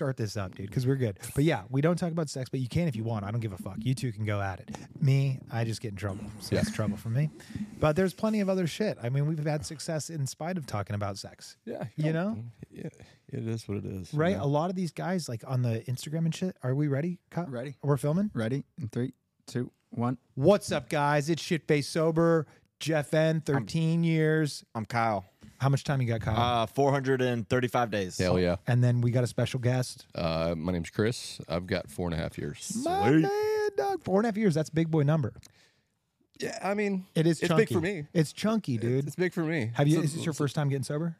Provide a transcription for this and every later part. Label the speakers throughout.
Speaker 1: start this up, dude,
Speaker 2: Mm-hmm.
Speaker 1: because we're good. But yeah, we don't talk about sex, but you can if you want. I don't give a fuck. You two can go at it. Me, I just get in trouble. So that's trouble for me. But there's plenty of other shit. I mean, we've had success in spite of talking about sex.
Speaker 2: Yeah,
Speaker 1: You
Speaker 2: don't-
Speaker 1: know?
Speaker 2: yeah, it is what it is. you
Speaker 1: Right?
Speaker 2: know?
Speaker 1: A lot of these guys, like on the Instagram and shit, are we ready? Cut?
Speaker 3: Ready.
Speaker 1: We're filming?
Speaker 3: Ready? In three, two, one.
Speaker 1: What's up, guys? It's Shitface Sober, Jeff N, 13 years.
Speaker 4: I'm Kyle.
Speaker 1: How much time you got, Kyle?
Speaker 4: Uh, 435 days.
Speaker 2: Hell yeah.
Speaker 1: and then we got a special guest.
Speaker 2: Uh, my name's Chris. I've got four and a half years.
Speaker 1: My man, dog. Four and a half years. That's a big boy number.
Speaker 2: Yeah, I mean,
Speaker 1: It is
Speaker 2: It's
Speaker 1: chunky.
Speaker 2: big for me.
Speaker 1: It's chunky, dude.
Speaker 2: It's big for me.
Speaker 1: Have you?
Speaker 2: It's a-
Speaker 1: is this your first time getting sober?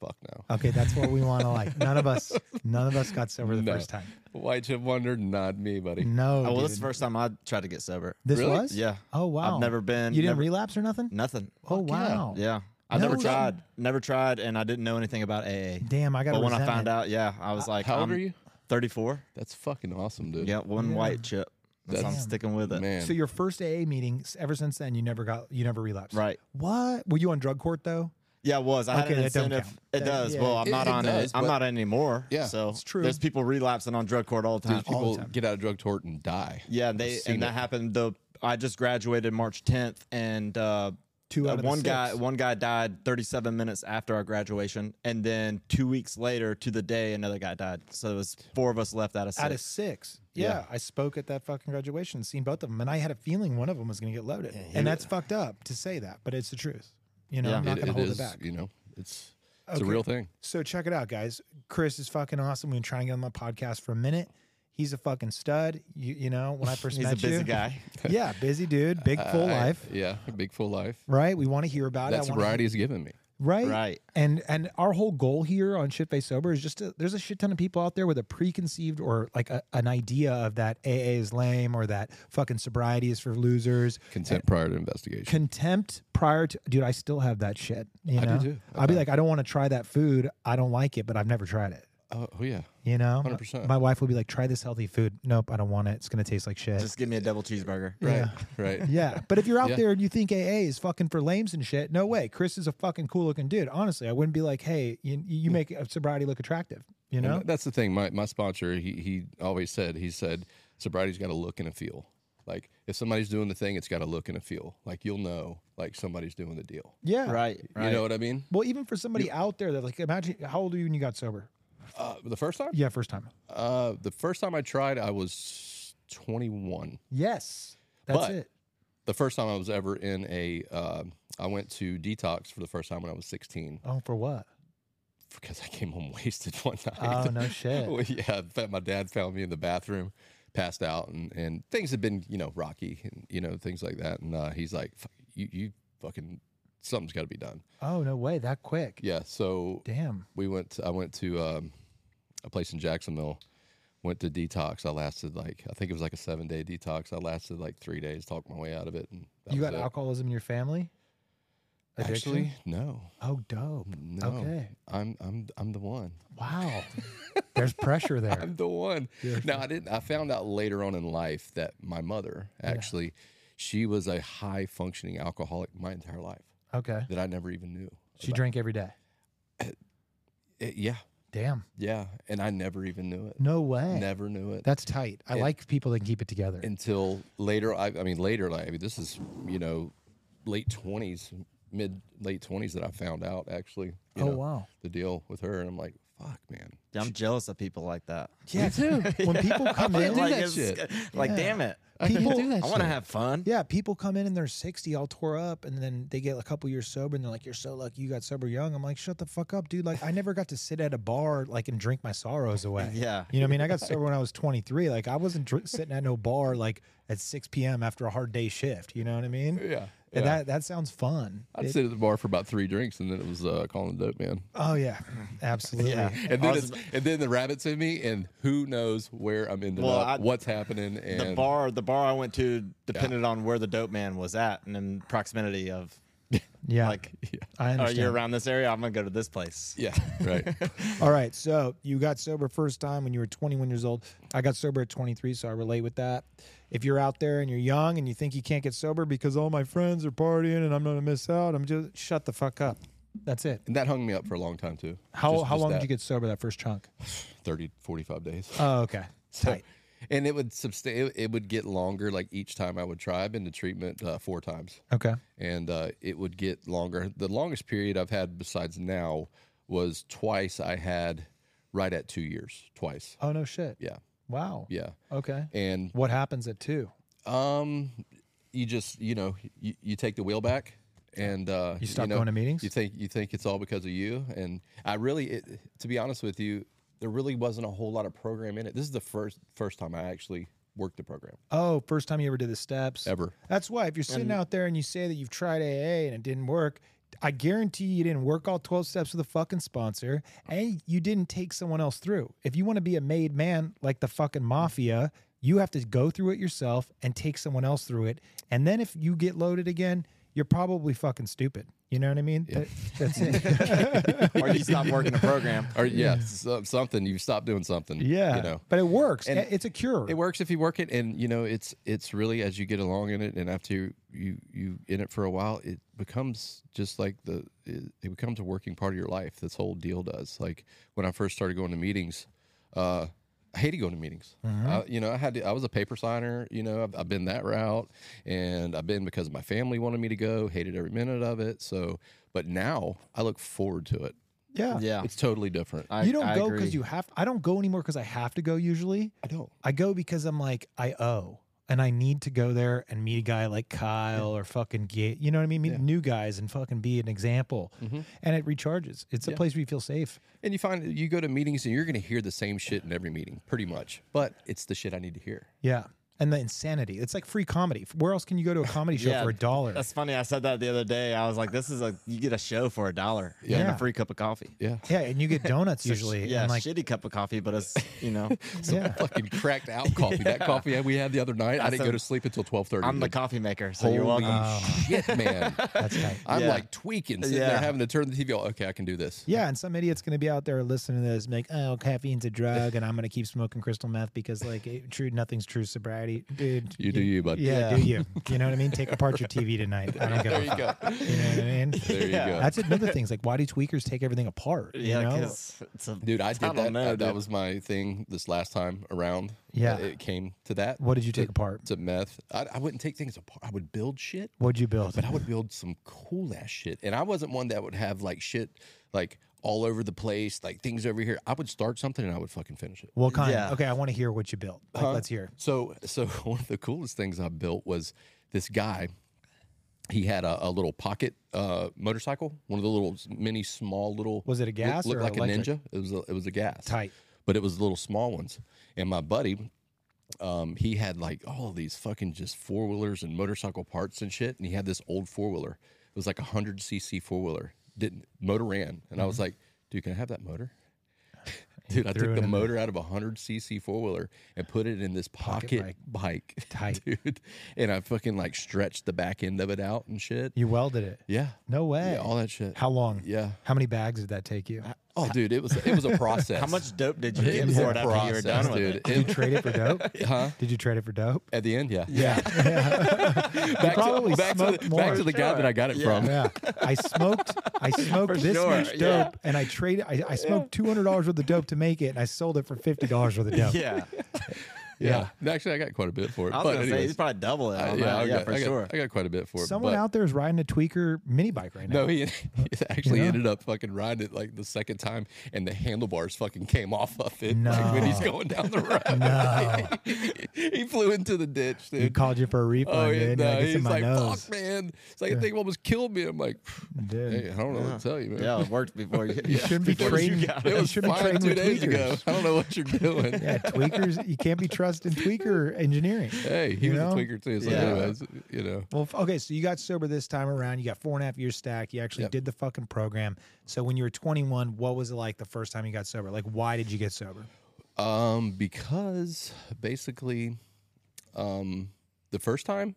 Speaker 2: Fuck no.
Speaker 1: Okay, that's what we want to like. None of us, none of us got sober the
Speaker 2: No.
Speaker 1: first time.
Speaker 2: White chip wonder, not me, buddy.
Speaker 1: No.
Speaker 4: Oh, well,
Speaker 1: dude.
Speaker 4: this is the first time I tried to get sober.
Speaker 1: This
Speaker 2: Really?
Speaker 1: was.
Speaker 4: Yeah.
Speaker 1: Oh wow.
Speaker 4: I've never been.
Speaker 1: You didn't
Speaker 4: never-
Speaker 1: relapse or nothing.
Speaker 4: Nothing.
Speaker 1: Oh
Speaker 2: Fuck yeah.
Speaker 1: wow.
Speaker 4: Yeah. I
Speaker 1: No
Speaker 4: never
Speaker 1: shit.
Speaker 4: tried. Never tried, and I didn't know anything about AA.
Speaker 1: Damn, I got.
Speaker 4: But when I found out, yeah, I was like,
Speaker 2: How old
Speaker 4: I'm
Speaker 2: are you?
Speaker 4: 34.
Speaker 2: That's fucking awesome, dude.
Speaker 4: Yeah, one
Speaker 1: Um, Yeah.
Speaker 4: white chip. That's, I'm
Speaker 1: That's-
Speaker 4: sticking with it.
Speaker 2: Man.
Speaker 1: So your first AA meeting. s- Ever since then, you never got. You never relapsed.
Speaker 4: Right.
Speaker 1: What? Were you on drug court though?
Speaker 4: Yeah, it was. I had
Speaker 1: Okay,
Speaker 4: an
Speaker 1: that don't
Speaker 4: incentive.
Speaker 1: count.
Speaker 4: It
Speaker 1: That-
Speaker 4: does.
Speaker 1: yeah.
Speaker 4: Well, I'm
Speaker 2: It-
Speaker 4: not
Speaker 2: it
Speaker 4: on
Speaker 2: does,
Speaker 4: it. I'm
Speaker 2: but-
Speaker 4: not on it anymore.
Speaker 2: Yeah.
Speaker 4: So
Speaker 1: It's true.
Speaker 4: There's people relapsing on drug court all the time.
Speaker 2: Dude, people
Speaker 1: time.
Speaker 2: get out of drug court and die.
Speaker 4: Yeah, they
Speaker 2: seen
Speaker 4: and that
Speaker 2: it.
Speaker 4: happened. The I just graduated March 10th, and uh,
Speaker 1: Two
Speaker 4: uh,
Speaker 1: out of the
Speaker 4: one guy
Speaker 1: six.
Speaker 4: one guy died 37 minutes after our graduation, and then two weeks later to the day another guy died. So it was four of us left out of six.
Speaker 1: Out of six. Yeah,
Speaker 4: Yeah.
Speaker 1: I spoke at that fucking graduation, seen both of them, and I had a feeling one of them was going to get loaded, and that's fucked up to say that, but it's the truth. You know,
Speaker 4: Yeah.
Speaker 1: I'm not
Speaker 2: It-
Speaker 1: going to
Speaker 2: it
Speaker 1: hold
Speaker 2: is,
Speaker 1: it back.
Speaker 2: You know, it's it's a
Speaker 1: Okay.
Speaker 2: real thing.
Speaker 1: So check it out, guys. Chris is fucking awesome. We've been trying to get him on the podcast for a minute. He's a fucking stud. You, you know, when I first
Speaker 4: He's
Speaker 1: met
Speaker 4: a busy
Speaker 1: you,
Speaker 4: guy. Uh,
Speaker 1: yeah, busy dude, big full
Speaker 2: I-
Speaker 1: life,
Speaker 2: Yeah, a big full life.
Speaker 1: right? We want to hear about
Speaker 2: That
Speaker 1: it. I wanna-
Speaker 2: sobriety has given me.
Speaker 1: right?
Speaker 4: Right.
Speaker 1: And and our whole goal here on Shit Face Sober is just to, there's a shit ton of people out there with a preconceived or like a, an idea of that AA is lame or that fucking sobriety is for losers.
Speaker 2: Consent prior to investigation.
Speaker 1: Contempt prior to dude, I still have that shit. You
Speaker 2: I do
Speaker 1: know,
Speaker 2: too.
Speaker 1: I'll be like, I don't want to try that food. I don't like it, but I've never tried it.
Speaker 2: oh, oh, yeah.
Speaker 1: You know, My-
Speaker 2: 100%.
Speaker 1: My wife would be like, "Try this healthy food." Nope, I don't want it. It's gonna taste like shit.
Speaker 4: Just give me a double cheeseburger.
Speaker 2: Right. Right.
Speaker 1: yeah, but if you're out
Speaker 2: Yeah.
Speaker 1: there and you think AA is fucking for lames and shit, no way. Chris is a fucking cool looking dude. Honestly, I wouldn't be like, "Hey, you, you make a sobriety look attractive." You
Speaker 2: And
Speaker 1: know,
Speaker 2: th- that's the thing. My my sponsor, he he always said, he said, sobriety's got a look and a feel. Like if somebody's doing the thing, it's got a look and a feel. Like you'll know, like somebody's doing the deal.
Speaker 1: yeah.
Speaker 4: Right. Right.
Speaker 2: You know what I mean?
Speaker 1: Well, even for somebody out there that like, imagine how old are you when you got sober?
Speaker 2: Uh, the first time,
Speaker 1: Yeah, first time.
Speaker 2: uh, the first time I tried, I was 21.
Speaker 1: Yes, that's
Speaker 2: But-
Speaker 1: it.
Speaker 2: The first time I was ever in a, um I went to detox for the first time when I was 16
Speaker 1: Oh, for what?
Speaker 2: because I came home wasted one night.
Speaker 1: Oh no shit.
Speaker 2: Well, yeah, in fact, my dad found me in the bathroom, passed out, and, and things had been you know rocky and you know things like that. And uh, he's like, "Fuck, "You you fucking something's got to be done."
Speaker 1: Oh no way, that quick.
Speaker 2: Yeah, so
Speaker 1: Damn.
Speaker 2: we went. I went to um, a place in Jacksonville. Went to detox. I lasted like I think it was like a seven day detox. I lasted like three days, talked my way out of it. And that
Speaker 1: You
Speaker 2: was
Speaker 1: got
Speaker 2: it.
Speaker 1: alcoholism in your family?
Speaker 2: Actually, no,
Speaker 1: Oh, dope.
Speaker 2: no.
Speaker 1: Okay.
Speaker 2: I'm I'm I'm the one.
Speaker 1: Wow. There's pressure there.
Speaker 2: I'm the one.
Speaker 1: Yeah.
Speaker 2: No, I didn't. I found out later on in life that my mother actually, she was a high functioning alcoholic my entire life
Speaker 1: Okay.
Speaker 2: that I never even knew.
Speaker 1: She
Speaker 2: about.
Speaker 1: drank every day.
Speaker 2: It- yeah,
Speaker 1: Damn.
Speaker 2: yeah, and I never even knew it.
Speaker 1: No way.
Speaker 2: Never knew it
Speaker 1: That's tight. I like people that can keep it together.
Speaker 2: until later. I, I mean, later. Like, I mean, this is you know, late twenties, mid late twenties that I found out actually. you
Speaker 1: oh
Speaker 2: know,
Speaker 1: wow.
Speaker 2: the deal with her, and I'm like, fuck, man.
Speaker 4: I'm jealous of people like that.
Speaker 1: Yeah, too. When people come
Speaker 4: Like,
Speaker 1: in,
Speaker 2: do
Speaker 4: like,
Speaker 2: that
Speaker 4: it's-
Speaker 2: shit.
Speaker 4: like
Speaker 1: Yeah.
Speaker 4: damn it.
Speaker 2: I can't
Speaker 1: People-
Speaker 2: do that.
Speaker 4: I want to
Speaker 2: shit.
Speaker 4: have fun.
Speaker 1: yeah, people come in and they're 60, all tore up, and then they get a couple years sober and they're like, You're so lucky you got sober young. I'm like, Shut the fuck up, dude. Like, I never got to sit at a bar like and drink my sorrows away.
Speaker 4: Yeah.
Speaker 1: You know what I mean? I got sober when I was 23. Like, I wasn't dr- sitting at no bar like at 6 p.m. after a hard day shift. You know what I mean?
Speaker 2: Yeah.
Speaker 1: And
Speaker 2: yeah.
Speaker 1: that, that sounds fun.
Speaker 2: I'd
Speaker 1: It-
Speaker 2: sit at the bar for about three drinks, and then it was uh, calling the dope man.
Speaker 1: oh, yeah. Absolutely.
Speaker 4: Yeah.
Speaker 2: and then
Speaker 4: I was-
Speaker 2: it's, and then the rabbits in me, and who knows where I'm ending
Speaker 4: Well,
Speaker 2: up,
Speaker 4: I-
Speaker 2: what's happening, and
Speaker 4: the bar the bar I went to depended on where the dope man was at and in proximity of
Speaker 1: Yeah.
Speaker 4: like uh,
Speaker 1: I
Speaker 4: are
Speaker 1: understand.
Speaker 4: you around this area? I'm gonna go to this place.
Speaker 2: yeah, right.
Speaker 1: All right, so you got sober first time when you were 21 years old. I got sober at 23, so I relate with that. If you're out there and you're young and you think you can't get sober because all my friends are partying and I'm going to miss out, I'm just shut the fuck up. That's it.
Speaker 2: And that hung me up for a long time too.
Speaker 1: How
Speaker 2: Just-
Speaker 1: how
Speaker 2: just
Speaker 1: long
Speaker 2: that.
Speaker 1: did you get sober that first chunk?
Speaker 2: 30, 45 days.
Speaker 1: Oh, okay.
Speaker 2: So, and it would substa- it- it would get longer like each time I would try. I've been to treatment uh, four times,
Speaker 1: Okay.
Speaker 2: and uh, it would get longer. The longest period I've had besides now was twice. I had right at two years. Twice.
Speaker 1: Oh no shit.
Speaker 2: Yeah,
Speaker 1: Wow.
Speaker 2: yeah.
Speaker 1: Okay.
Speaker 2: And
Speaker 1: What happens at two?
Speaker 2: um, you just you know you, you take the wheel back. And uh,
Speaker 1: You stop
Speaker 2: know,
Speaker 1: going to meetings?
Speaker 2: You think you think it's all because of you, and I really, it, to be honest with you, there really wasn't a whole lot of program in it. This is the first first time I actually worked the program
Speaker 1: Oh, first time you ever did the steps.
Speaker 2: ever.
Speaker 1: That's why if you're sitting out there and you say that you've tried AA and it didn't work, I guarantee you didn't work all 12 steps with a fucking sponsor and you didn't take someone else through. If you want to be a made man like the fucking mafia, you have to go through it yourself and take someone else through it. And then if you get loaded again, you're probably fucking stupid. You know what I mean? That- that's it.
Speaker 4: or you stop working the program.
Speaker 2: or yeah, so- something you stop doing something.
Speaker 1: yeah.
Speaker 2: you know,
Speaker 1: But it works.
Speaker 2: And
Speaker 1: it's a cure.
Speaker 2: it works if you work it, and you know it's it's really as you get along in it, and after you you, you in it for a while, it becomes just like the it, it becomes a working part of your life. This whole deal does. Like when I first started going to meetings, uh, I hated going to meetings. I, you know, I had to, I was a paper signer. You know, I've, I've been that route, and I've been because my family wanted me to go. Hated every minute of it. So, but now I look forward to it.
Speaker 1: yeah.
Speaker 4: Yeah.
Speaker 2: It's totally different. I,
Speaker 4: I-
Speaker 1: You don't
Speaker 4: I
Speaker 1: go
Speaker 4: agree.
Speaker 1: because you have I don't go anymore because I have to go usually.
Speaker 2: I don't.
Speaker 1: I go because I'm like I owe and I need to go there and meet a guy like Kyle or fucking get you know what I mean meet
Speaker 2: Yeah. Mm-hmm.
Speaker 1: new guys and fucking be an example and it recharges it's a
Speaker 2: Yeah.
Speaker 1: place where you feel safe
Speaker 2: And you find you go to meetings and you're going to hear the same shit in every meeting, pretty much. But it's the shit I need to hear.
Speaker 1: yeah and the insanity it's like free comedy where else can you go to a comedy show
Speaker 4: Yeah,
Speaker 1: for a dollar
Speaker 4: That's funny. I said that the other day. I was like, "This is a you get a show for a dollar and
Speaker 1: Yeah.
Speaker 4: a free cup of coffee."
Speaker 2: Yeah.
Speaker 1: yeah and you get donuts usually
Speaker 4: yeah,
Speaker 1: and like
Speaker 4: shitty cup of coffee, but it's you know,
Speaker 1: yeah
Speaker 2: Fucking cracked out coffee. That coffee we had the other night, I
Speaker 4: That's
Speaker 2: didn't
Speaker 4: a-
Speaker 2: go to sleep until 1230.
Speaker 4: I'm the coffee maker, so you're welcome.
Speaker 2: shit, man.
Speaker 1: that's tight.
Speaker 2: I'm
Speaker 4: Yeah. like
Speaker 2: like tweaking,
Speaker 4: sitting
Speaker 2: sitting
Speaker 4: there
Speaker 2: there
Speaker 4: Yeah.
Speaker 2: having
Speaker 4: having
Speaker 2: to turn the TV on. Okay, I can do this.
Speaker 1: Yeah, and some idiot's going to be out there listening to this and be like, oh, caffeine's a drug, and I'm going to keep smoking crystal meth because, like, it, true, nothing's true sobriety. Dude,
Speaker 2: You do you, bud.
Speaker 1: Yeah,
Speaker 4: Yeah.
Speaker 1: do you. You know what I mean? Take apart your TV tonight. I don't give
Speaker 2: There
Speaker 1: a
Speaker 2: you
Speaker 1: fuck.
Speaker 2: go.
Speaker 1: You know what I mean?
Speaker 2: There you go.
Speaker 1: That's another thing. It's like, why do tweakers take everything apart? You
Speaker 4: Yeah,
Speaker 1: know?
Speaker 4: because it's a
Speaker 2: Dude, I
Speaker 4: I
Speaker 2: did
Speaker 4: don't
Speaker 2: that. Uh,
Speaker 4: know,
Speaker 2: that
Speaker 4: dude.
Speaker 2: was my thing this last time around.
Speaker 1: Yeah.
Speaker 2: Uh, It came to that.
Speaker 1: What did you take apart?
Speaker 2: To meth. I, I wouldn't take things apart. I would build shit.
Speaker 1: What'd you build?
Speaker 2: but I would build some cool ass shit. And I wasn't one that would have like shit like all over the place, like things over here. I would start something and I would fucking finish it.
Speaker 1: What kind?
Speaker 4: Yeah.
Speaker 1: Okay, I want to hear what you built. Like, Let's hear.
Speaker 2: So, so one of the coolest things I built was this guy. He had a, a little pocket uh, motorcycle, one of the little s- mini small little.
Speaker 1: Was it a
Speaker 2: look-
Speaker 1: gas
Speaker 2: Looked
Speaker 1: or
Speaker 2: like
Speaker 1: electric?
Speaker 2: a ninja. It was a, it was a gas.
Speaker 1: Tight.
Speaker 2: But it was little small ones. And my buddy, um, he had like all of these fucking just four wheelers and motorcycle parts and shit. And he had this old four wheeler. It was like a hundred cc four wheeler. Didn't motor ran, and I
Speaker 4: Mm-hmm.
Speaker 2: was like, "Dude, can I have that motor?" Dude, I
Speaker 1: threw
Speaker 2: took
Speaker 1: it
Speaker 2: the
Speaker 1: in there.
Speaker 2: motor out of a hundred cc four wheeler and put it in this pocket, bike,
Speaker 1: Tight.
Speaker 2: dude. And I fucking like stretched the back end of it out and shit.
Speaker 1: You welded it.
Speaker 2: Yeah,
Speaker 1: No way.
Speaker 2: yeah, all that shit.
Speaker 1: How long?
Speaker 2: yeah.
Speaker 1: How many bags did that take you?
Speaker 2: Oh, dude, it was it was a process.
Speaker 4: How much dope did you
Speaker 2: It
Speaker 4: get
Speaker 2: was
Speaker 4: for
Speaker 2: a
Speaker 4: it after you were
Speaker 2: process,
Speaker 4: done with
Speaker 2: dude.
Speaker 4: it?
Speaker 1: Did you trade it for dope?
Speaker 2: huh?
Speaker 1: Did you trade it for dope?
Speaker 2: At the end, yeah.
Speaker 1: Yeah. yeah.
Speaker 2: Back,
Speaker 1: probably
Speaker 2: to, back, to,
Speaker 1: smoked
Speaker 2: the- back
Speaker 1: more.
Speaker 2: to the guy that I got it from.
Speaker 1: Yeah, I smoked. I smoked this
Speaker 4: sure,
Speaker 1: much dope,
Speaker 4: yeah.
Speaker 1: and I traded. I, I smoked two hundred dollars worth of dope to make it, and I sold it for fifty dollars worth of dope.
Speaker 4: Yeah,
Speaker 2: Yeah. Actually, I got quite a bit for it.
Speaker 4: I was
Speaker 2: but
Speaker 4: gonna say
Speaker 2: anyways,
Speaker 4: he's probably double it.
Speaker 2: I-
Speaker 4: on
Speaker 2: yeah,
Speaker 4: that.
Speaker 2: I
Speaker 4: yeah,
Speaker 2: got,
Speaker 4: for
Speaker 2: I got-
Speaker 4: sure.
Speaker 2: I got quite a bit for it.
Speaker 1: Someone
Speaker 2: but-
Speaker 1: out there is riding a tweaker mini bike right now.
Speaker 2: No, he, he actually
Speaker 1: know?
Speaker 2: ended up fucking riding it like the second time, and the handlebars fucking came off of it like, when he's
Speaker 1: No.
Speaker 2: going down the road. he flew into the ditch,
Speaker 1: He
Speaker 2: dude.
Speaker 1: called you for a refund,
Speaker 2: Oh, yeah,
Speaker 1: dude. You're
Speaker 2: no,
Speaker 1: like, it's in
Speaker 2: he's
Speaker 1: my
Speaker 2: like,
Speaker 1: nose.
Speaker 2: fuck, man. It's like, I think almost killed me. I'm like,
Speaker 1: Dude.
Speaker 2: hey, I don't know what to tell you, man.
Speaker 4: Yeah, it worked before you.
Speaker 1: You shouldn't be
Speaker 4: before
Speaker 1: trading.
Speaker 4: You
Speaker 1: You,
Speaker 4: got
Speaker 2: It was
Speaker 1: should be
Speaker 2: fine
Speaker 1: trading
Speaker 2: two
Speaker 1: with
Speaker 2: days
Speaker 1: tweakers.
Speaker 2: ago. I don't know what you're doing.
Speaker 1: Yeah, tweakers. You can't be trusting tweaker engineering.
Speaker 2: Hey, he
Speaker 1: You
Speaker 2: was
Speaker 1: know?
Speaker 2: a tweaker too. So,
Speaker 4: Yeah.
Speaker 2: anyways, you know,
Speaker 1: Well, f- okay, so you got sober this time around. You got four and a half years stacked. You actually
Speaker 2: Yep.
Speaker 1: did the fucking program. So when you were 21, what was it like the first time you got sober? Like, why did you get sober?
Speaker 2: Um, because basically, um, the first time,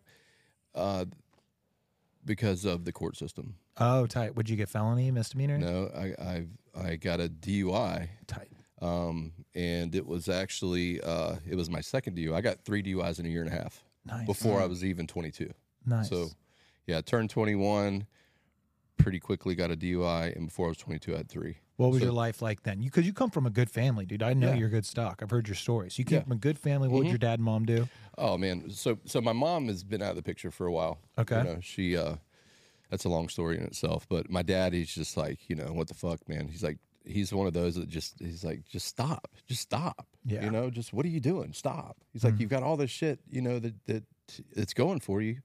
Speaker 2: uh, because of the court system.
Speaker 1: Oh, tight. Would you get felony, misdemeanor?
Speaker 2: No, I I I got a DUI.
Speaker 1: Tight.
Speaker 2: Um, and it was actually uh, it was my second DUI. I got three DUIs in a year and a half
Speaker 1: Nice.
Speaker 2: before I was even 22.
Speaker 1: nice.
Speaker 2: So, yeah, I turned 21, pretty quickly got a DUI, and before I was 22, I had three.
Speaker 1: What was
Speaker 2: So-
Speaker 1: your life like then? Because you, come from a good family, dude. I know
Speaker 2: Yeah.
Speaker 1: you're good stock. I've heard your stories. You came
Speaker 2: Yeah.
Speaker 1: from a good family. What would
Speaker 2: Mhm.
Speaker 1: your dad and mom do?
Speaker 2: Oh man, so so my mom has been out of the picture for a while.
Speaker 1: Okay.
Speaker 2: you know, she uh, that's a long story in itself. But my dad, he's just like, you know, what the fuck, man. He's like, he's one of those that just he's like, just stop, just stop.
Speaker 1: Yeah.
Speaker 2: you know, just what are you doing? Stop. He's like, you've got all this shit, you know, that that it's going for you.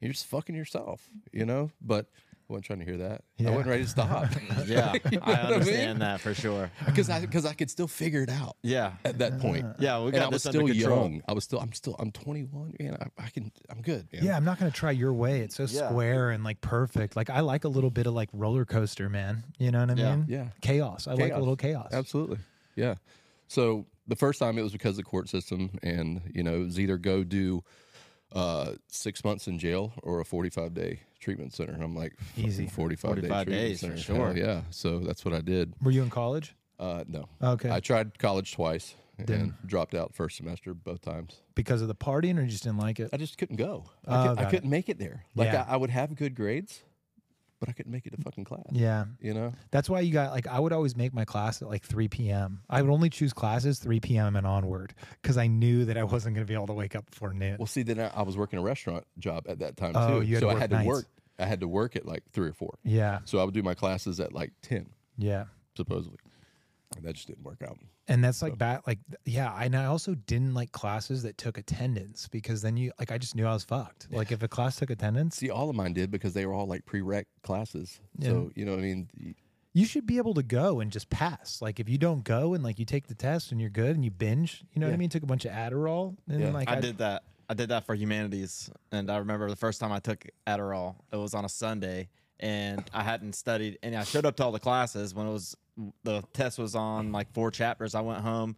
Speaker 2: You're just fucking yourself, you know. But I wasn't trying to hear that. I wasn't ready to stop.
Speaker 4: Yeah, I
Speaker 2: what I mean?
Speaker 4: understand that for sure.
Speaker 2: because I because I could still figure it out
Speaker 4: Yeah,
Speaker 2: at that point.
Speaker 4: yeah, we
Speaker 2: And I
Speaker 4: got
Speaker 2: was
Speaker 4: this under
Speaker 2: still
Speaker 4: control.
Speaker 2: young. I was still. I'm still. I'm 21. Man, I, I can. I'm good. Man.
Speaker 1: Yeah, I'm not gonna try your way. It's so
Speaker 4: Yeah.
Speaker 1: square and like perfect. Like I like a little bit of like roller coaster, man. You know what I
Speaker 4: Yeah.
Speaker 1: mean?
Speaker 2: Yeah.
Speaker 1: Chaos. I like a
Speaker 2: Chaos.
Speaker 1: little chaos.
Speaker 2: Absolutely. Yeah. So the first time it was because of the court system, and you know, it was either go do uh, six months in jail or a 45 day treatment center. And I'm like,
Speaker 1: Easy.
Speaker 2: "Fucking 45,
Speaker 4: 45
Speaker 2: day treatment
Speaker 4: days, for
Speaker 2: center.
Speaker 4: sure.
Speaker 2: Hell yeah. So that's what I did.
Speaker 1: Were you in college?
Speaker 2: Uh, no.
Speaker 1: Okay.
Speaker 2: I tried college twice and
Speaker 1: Didn't.
Speaker 2: dropped out first semester both times.
Speaker 1: because of the partying or you just didn't like it?
Speaker 2: I just couldn't go.
Speaker 1: Oh,
Speaker 2: I, could,
Speaker 1: got
Speaker 2: I
Speaker 1: it.
Speaker 2: couldn't make it there. Like
Speaker 1: Yeah.
Speaker 2: I, I would have good grades, but I couldn't make it to fucking class.
Speaker 1: Yeah.
Speaker 2: You know?
Speaker 1: That's why you got like I would always make my class at like 3 p.m. I would only choose classes 3 p.m. and onward because I knew that I wasn't going to be able to wake up before noon.
Speaker 2: Well, see, then I, I was working a restaurant job at that time
Speaker 1: Oh,
Speaker 2: too.
Speaker 1: you had to
Speaker 2: so I
Speaker 1: work
Speaker 2: had
Speaker 1: nights.
Speaker 2: to work. I had to work at like three or four.
Speaker 1: yeah,
Speaker 2: So I would do my classes at like ten,
Speaker 1: yeah,
Speaker 2: supposedly. And that just didn't work out.
Speaker 1: and that's like bad. Like th- yeah, and I also didn't like classes that took attendance because then you like I just knew I was fucked. Like if a class took attendance,
Speaker 2: See, all of mine did because they were all like prereq classes.
Speaker 1: Yeah.
Speaker 2: So you know, what I mean, Y-
Speaker 1: you should be able to go and just pass. Like if you don't go and like you take the test and you're good and you binge, you know what I
Speaker 2: Yeah.
Speaker 1: mean? Took a bunch of Adderall and
Speaker 2: Yeah.
Speaker 1: like
Speaker 4: I did that. I did that for humanities, and I remember the first time I took Adderall. It was on a Sunday, and I hadn't studied, and I showed up to all the classes when it was the test was on like four chapters. I went home,